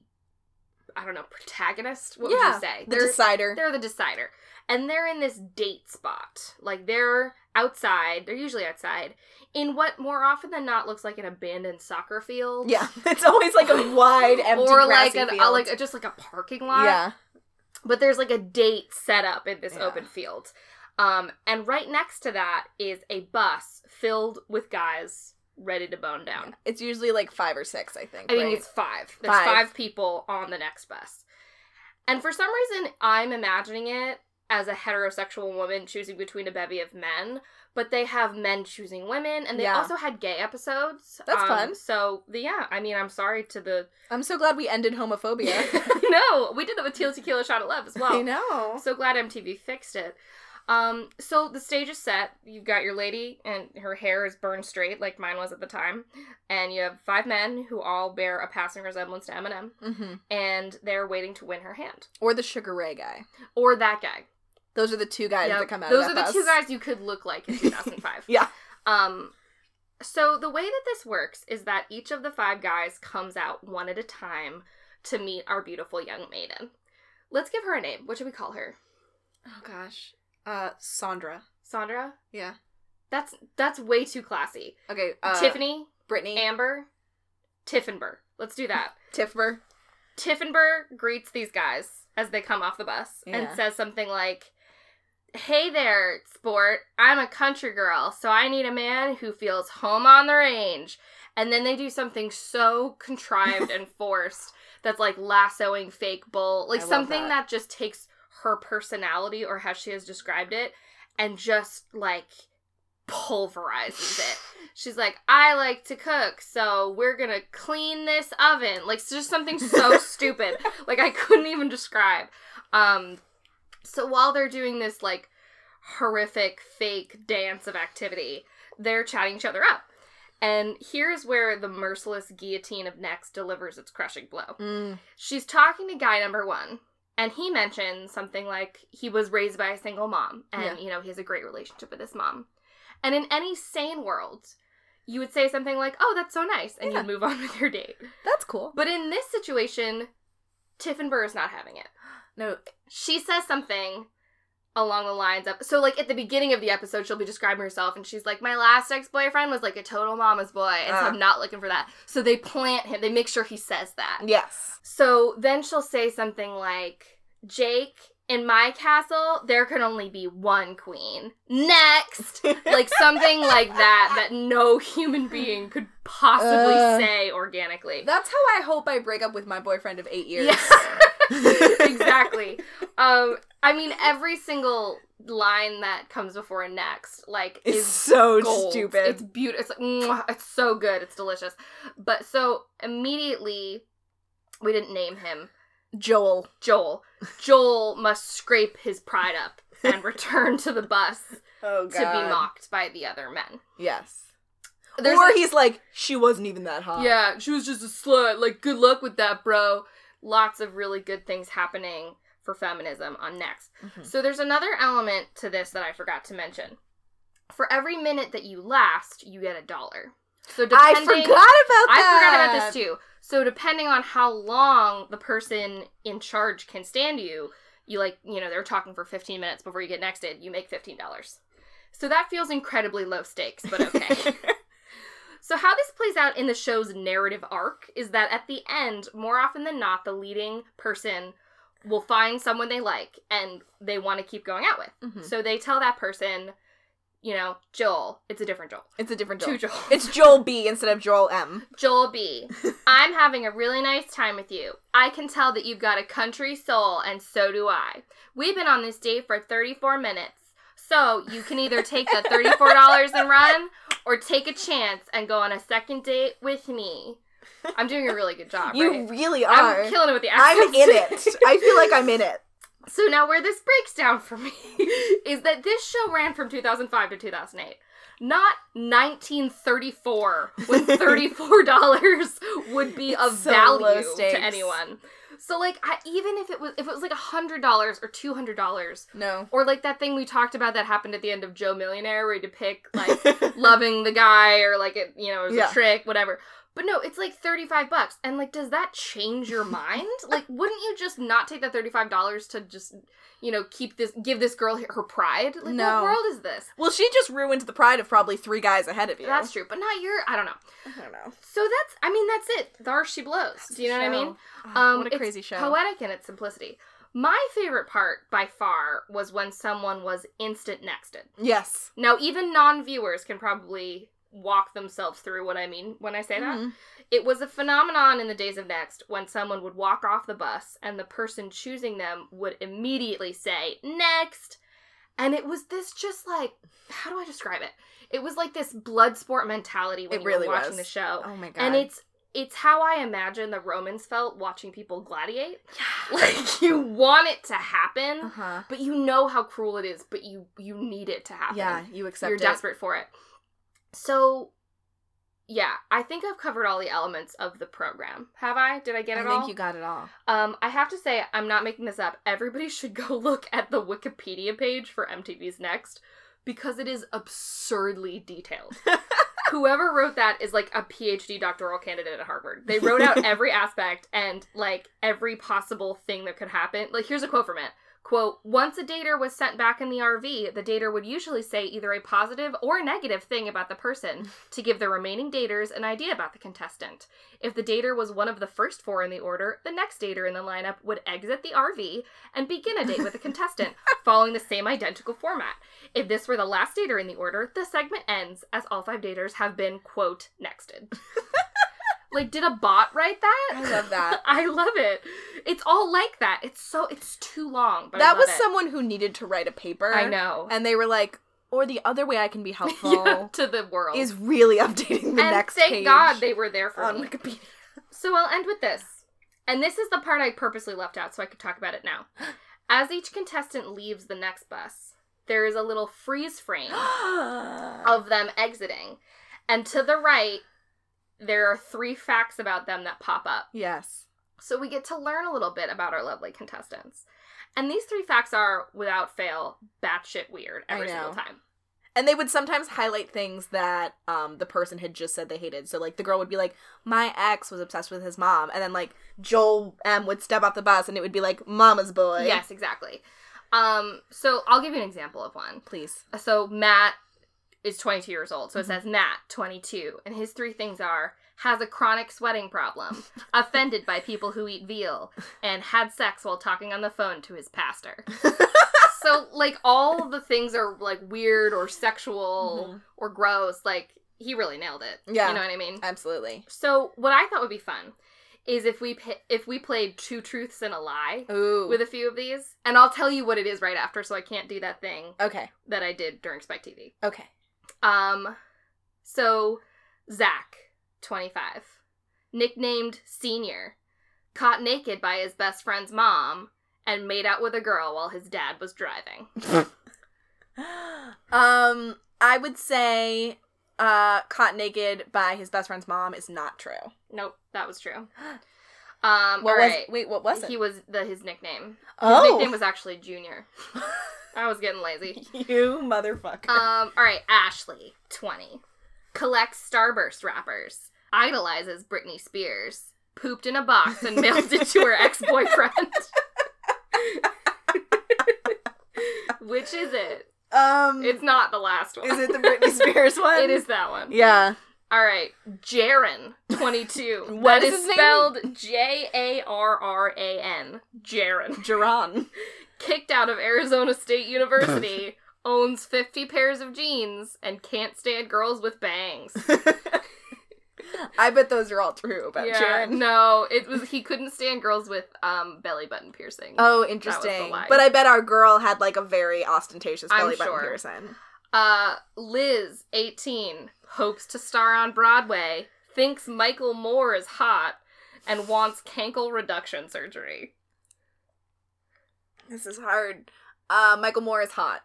S2: I don't know, protagonist, what would
S1: Yeah,
S2: you say?
S1: The decider.
S2: they're the decider. And they're in this date spot. Like they're outside, they're usually outside in what more often than not looks like an abandoned soccer field.
S1: yeah, it's always like a wide, empty,
S2: or like
S1: grassy
S2: an
S1: field.
S2: uh, like just like a parking lot.
S1: yeah,
S2: But there's like a date set up in this
S1: Yeah.
S2: open field. Um, and right next to that is a bus filled with guys ready to bone down.
S1: it's usually like five or six. I think.
S2: I think
S1: right?
S2: it's five. There's
S1: Five.
S2: five. people on the next bus. And for some reason, I'm imagining it as a heterosexual woman choosing between a bevy of men, but they have men choosing women, and they
S1: Yeah.
S2: also had gay episodes. Um,
S1: That's fun.
S2: So, the- yeah, I mean, I'm sorry to the.
S1: I'm so glad we ended homophobia.
S2: no, we did that with Teal Tequila Shot at Love as well.
S1: I know.
S2: So glad MTV fixed it. Um, so the stage is set. You've got your lady, and her hair is burned straight, like mine was at the time. And you have five men who all bear a passing resemblance to Eminem,
S1: hmm
S2: and they're waiting to win her hand,
S1: Or the Sugar Ray guy.
S2: or that guy.
S1: Those are the two guys
S2: Yep.
S1: that come out.
S2: Those
S1: of
S2: are
S1: that
S2: the two
S1: bus.
S2: guys you could look like in 2005.
S1: Yeah.
S2: Um, so the way that this works is that each of the five guys comes out one at a time to meet our beautiful young maiden. Let's give her a name. What should we call her?
S1: Oh gosh. Uh, Sandra.
S2: Sandra.
S1: Yeah.
S2: That's that's way too classy.
S1: Okay. Uh,
S2: Tiffany,
S1: Brittany.
S2: Amber, Tiffenber. Let's do that.
S1: Tiffber.
S2: Tiffenber greets these guys as they come off the bus
S1: Yeah.
S2: and says something like, Hey there, sport. I'm a country girl, so I need a man who feels home on the range. And then they do something so contrived and forced that's like lassoing fake bull, like
S1: I love
S2: something
S1: that.
S2: that just takes her personality or how she has described it and just like pulverizes it. She's like, I like to cook, so we're gonna clean this oven. Like, it's just something so stupid. Like, I couldn't even describe. Um, so while they're doing this, like, horrific fake dance of activity, they're chatting each other up. And here's where the merciless guillotine of necks delivers its crushing blow.
S1: Mm.
S2: She's talking to guy number one, and he mentions something like he was raised by a single mom, and
S1: Yeah.
S2: you know he has a great relationship with his mom. And in any sane world, you would say something like, "Oh, that's so nice," and
S1: Yeah.
S2: you move on with your date.
S1: That's cool.
S2: But in this situation, Tiffin Burr is not having it.
S1: No.
S2: She says something along the lines of so like at the beginning of the episode she'll be describing herself and she's like my last ex-boyfriend was like a total mama's boy and so
S1: Ah.
S2: i'm not looking for that so they plant him they make sure he says that
S1: Yes.
S2: so then she'll say something like, Jake, in my castle, there can only be one queen. Next! like something like that, that no human being could possibly
S1: Uh.
S2: say organically.
S1: That's how I hope I break up with my boyfriend of eight years.
S2: Yeah. exactly. Um, I mean, every single line that comes before next, like,
S1: It's
S2: is
S1: so
S2: gold.
S1: stupid.
S2: It's beautiful. It's like, mwah, it's so good. It's delicious. But so immediately, we didn't name him.
S1: Joel.
S2: Joel. Joel must scrape his pride up and return to the bus
S1: Oh
S2: to be mocked by the other men.
S1: Yes.
S2: There's
S1: or
S2: a-
S1: he's like, she wasn't even that hot.
S2: Yeah, she was just a slut. Like, good luck with that, bro. Lots of really good things happening for feminism on Next.
S1: Mhm.
S2: So, there's another element to this that I forgot to mention. For every minute that you last, you get a dollar. So,
S1: I
S2: depending,
S1: forgot about that.
S2: I forgot about this too. So, depending on how long the person in charge can stand you, you like, you know, they're talking for 15 minutes before you get nexted, you make $15. So, that feels incredibly low stakes, but okay. So, how this plays out in the show's narrative arc is that at the end, more often than not, the leading person will find someone they like and they want to keep going out with.
S1: Mhm.
S2: So, they tell that person, you know, Joel, it's a different Joel.
S1: It's a different Joel.
S2: Two Joel.
S1: It's Joel B instead of Joel M.
S2: Joel B. I'm having a really nice time with you. I can tell that you've got a country soul, and so do I. We've been on this date for 34 minutes. So you can either take the $34 and run, or take a chance and go on a second date with me. I'm doing a really good job,
S1: you
S2: right?
S1: really are.
S2: I'm killing it with the
S1: I'm
S2: accents.
S1: in it. I feel like I'm in it.
S2: So now where this breaks down for me is that this show ran from 2005 to 2008. Not 1934 when $34 would be of
S1: It's so low
S2: value
S1: stakes.
S2: to anyone. So like I, even if it was if it was like $100 or $200
S1: No.
S2: or like that thing we talked about that happened at the end of Joe Millionaire where you had to pick like loving the guy or like it you know it was
S1: Yeah.
S2: a trick whatever but no it's like 35 bucks and like does that change your mind like wouldn't you just not take the $35 to just you know keep this give this girl her pride like
S1: No.
S2: what world is this
S1: well, she just ruined the pride of probably three guys ahead of you.
S2: that's true but not your i don't know
S1: I don't know.
S2: so that's i mean that's it there she blows do you know what i mean
S1: Um,
S2: Um,
S1: what a
S2: it's
S1: crazy show.
S2: poetic in its simplicity my favorite part by far was when someone was instant nexted
S1: yes.
S2: Now, even non viewers can probably walk themselves through what I mean when I say that.
S1: Mhm.
S2: It was a phenomenon in the days of Next when someone would walk off the bus and the person choosing them would immediately say, Next! And it was this just like, how do I describe it? It was like this blood sport mentality when
S1: It
S2: you
S1: really
S2: were watching
S1: was.
S2: the show.
S1: Oh my god.
S2: and it's it's how I imagine the Romans felt watching people gladiate. Like you want it to happen,
S1: Uh huh.
S2: but you know how cruel it is, but you you need it to happen
S1: Yeah, you accept
S2: you're
S1: it.
S2: desperate for it. So, yeah, I think I've covered all the elements of the program. Have I? Did I get
S1: I
S2: it
S1: think
S2: all?
S1: you got it all.
S2: Um, I have to say, I'm not making this up. Everybody should go look at the Wikipedia page for MTV's Next because it is absurdly detailed. Whoever wrote that is like a PhD doctoral candidate at Harvard. They wrote out every aspect and like every possible thing that could happen. Like, here's a quote from it. Quote, once a dater was sent back in the RV, the dater would usually say either a positive or a negative thing about the person to give the remaining daters an idea about the contestant. If the dater was one of the first four in the order, the next dater in the lineup would exit the RV and begin a date with the contestant, following the same identical format. If this were the last dater in the order, the segment ends as all five daters have been, quote, nexted. like, did a bot write that?
S1: I love that.
S2: I love it. It's all like that. It's so, it's too long. But I
S1: that
S2: love
S1: was
S2: it.
S1: someone who needed to write a paper.
S2: I know.
S1: And they were like, or the other way I can be helpful
S2: Yeah, to the world.
S1: is really updating the
S2: and
S1: next
S2: thank
S1: page
S2: God they were there for
S1: on
S2: me.
S1: Wikipedia.
S2: So I'll end with this. And this is the part I purposely left out so I could talk about it now. As each contestant leaves the next bus, there is a little freeze frame of them exiting. And to the right, there are three facts about them that pop up.
S1: yes.
S2: So we get to learn a little bit about our lovely contestants. And these three facts are, without fail, batshit weird
S1: I
S2: every single
S1: know.
S2: time.
S1: And they would sometimes highlight things that um, the person had just said they hated. So, like, the girl would be like, My ex was obsessed with his mom. And then, like, Joel M would step off the bus and it would be like, Mama's boy.
S2: Yes, exactly. Um, so I'll give you an example of one.
S1: Please.
S2: so Matt is 22 years old. So it
S1: Mhm.
S2: says Matt, 22, and his three things are has a chronic sweating problem, offended by people who eat veal, and had sex while talking on the phone to his pastor. so like all of the things are like weird or sexual
S1: Mhm.
S2: or gross. Like he really nailed it.
S1: Yeah.
S2: You know what I mean?
S1: Absolutely.
S2: So what I thought would be fun is if we pi- if we played two truths and a lie
S1: Ooh.
S2: with a few of these, and I'll tell you what it is right after, so I can't do that thing
S1: okay.
S2: that I did during Spike TV.
S1: Okay.
S2: Um, so Zach, 25, nicknamed Senior, caught naked by his best friend's mom and made out with a girl while his dad was driving.
S1: um, I would say uh, caught naked by his best friend's mom is not true.
S2: Nope, that was true. Um,
S1: What
S2: all
S1: was?
S2: right.
S1: Wait, what was it?
S2: He was the his nickname. His nickname
S1: oh,
S2: was actually Junior. I was getting lazy.
S1: you motherfucker!
S2: Um, all right, Ashley, 20. Collects Starburst wrappers. Idolizes Britney Spears. Pooped in a box and mailed it to her ex boyfriend. Which is it?
S1: um,
S2: It's not the last one.
S1: is it the Britney Spears one?
S2: It is that one.
S1: Yeah.
S2: All right, Jaren, 22.
S1: What
S2: that
S1: is
S2: is,
S1: his name?
S2: spelled J A R R A N. Jaren.
S1: Geron.
S2: Kicked out of Arizona State University, owns 50 pairs of jeans, and can't stand girls with bangs.
S1: I bet those are all true about
S2: Yeah,
S1: Jaren.
S2: No, it was he couldn't stand girls with um belly button piercing.
S1: Oh, interesting.
S2: lie.
S1: But I bet our girl had like a very ostentatious
S2: I'm
S1: belly button
S2: sure.
S1: piercing.
S2: Uh Liz, 18, hopes to star on Broadway, thinks Michael Moore is hot, and wants cankle reduction surgery.
S1: This is hard. Uh, Michael Moore is hot.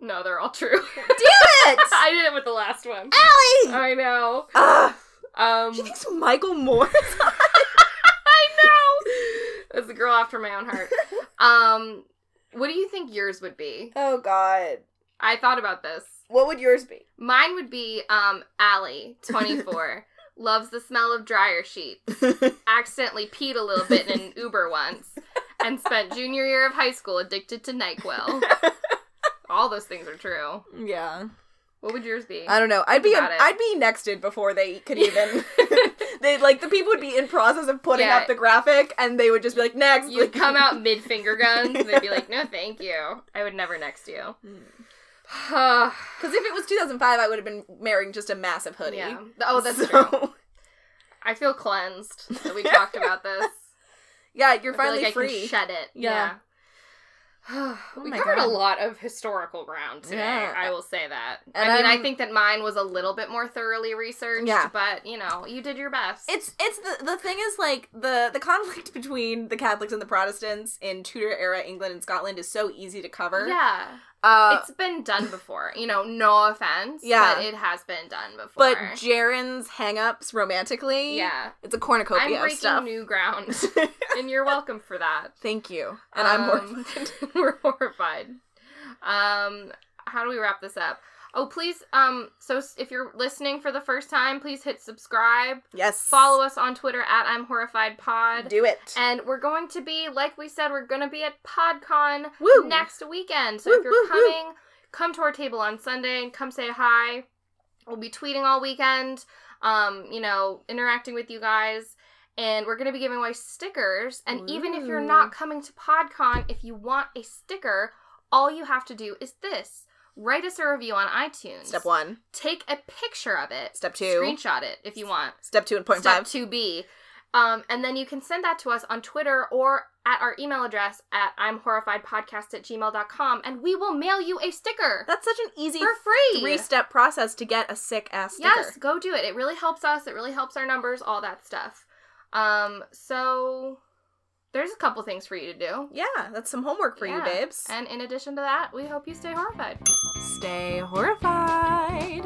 S2: No, they're all true.
S1: Damn it,
S2: I did it with the last one.
S1: Allie!
S2: I know.
S1: Ugh,
S2: Um
S1: she thinks Michael Moore.
S2: I know. As a girl after my own heart. Um what do you think yours would be?
S1: oh God,
S2: I thought about this.
S1: what would yours be?
S2: Mine would be um Allie, 24. Loves the smell of dryer sheets. Accidentally peed a little bit in an Uber once. And spent junior year of high school addicted to NyQuil. All those things are true.
S1: yeah,
S2: What would yours be?
S1: I don't know. I'd be
S2: about it.
S1: I'd be nexted before they could even. they like the people would be in process of putting
S2: Yeah.
S1: up the graphic, and they would just be like, "Next."
S2: You'd
S1: like-
S2: come out mid finger guns and they'd be like, no, thank you. I would never next you.
S1: Because if it was 2005, I would have been wearing just a massive hoodie.
S2: yeah. Oh, that's
S1: So-
S2: true. I feel cleansed that we talked about this.
S1: Yeah, you're
S2: I feel
S1: finally
S2: like I
S1: free.
S2: can shed it.
S1: Yeah. Oh
S2: Yeah. we
S1: my
S2: covered
S1: God.
S2: a lot of historical ground today.
S1: Yeah.
S2: I will say that.
S1: And
S2: I mean,
S1: I'm-
S2: I think that mine was a little bit more thoroughly researched.
S1: Yeah.
S2: But you know, you did your best.
S1: it's it's the the thing is like the the conflict between the Catholics and the Protestants in Tudor era England and Scotland is so easy to cover.
S2: yeah.
S1: Uh,
S2: it's been done before. You know, no offense.
S1: Yeah.
S2: But it has been done before.
S1: but Jaren's hangups romantically,
S2: yeah,
S1: it's a
S2: I'm
S1: cornucopia of
S2: breaking
S1: stuff.
S2: new ground, and you're welcome for that.
S1: Thank you, and I'm
S2: Um, we're horrified. Um, how do we wrap this up? Oh, please. Um, so s- if you're listening for the first time, please hit subscribe.
S1: yes.
S2: Follow us on Twitter at I'm Horrified Pod.
S1: Do it.
S2: And we're going to be, like we said, we're going to be at PodCon
S1: Woo.
S2: next weekend. So
S1: Woo,
S2: if you're
S1: woo, woo.
S2: coming, come to our table on Sunday and come say hi. We'll be tweeting all weekend, um, you know, interacting with you guys. And we're going to be giving away stickers. And even if you're
S1: Ooh.
S2: not coming to PodCon, if you want a sticker, all you have to do is this write us a review on iTunes.
S1: Step one.
S2: Take a picture of it.
S1: Step two.
S2: Screenshot it if you want
S1: Step two and point
S2: step
S1: five.
S2: two B. Um, and then you can send that to us on Twitter or at our email address at I'm horrified podcast at gmail.com and we will mail you a sticker
S1: That's such an easy
S2: for free.
S1: three step process to get a sick ass sticker.
S2: yes, go do it. It really helps us, it really helps our numbers, all that stuff. Um, so there's a couple things for you to do.
S1: Yeah, that's some homework for you,
S2: Yeah.
S1: babes.
S2: And in addition to that, we hope you stay horrified.
S1: Stay horrified.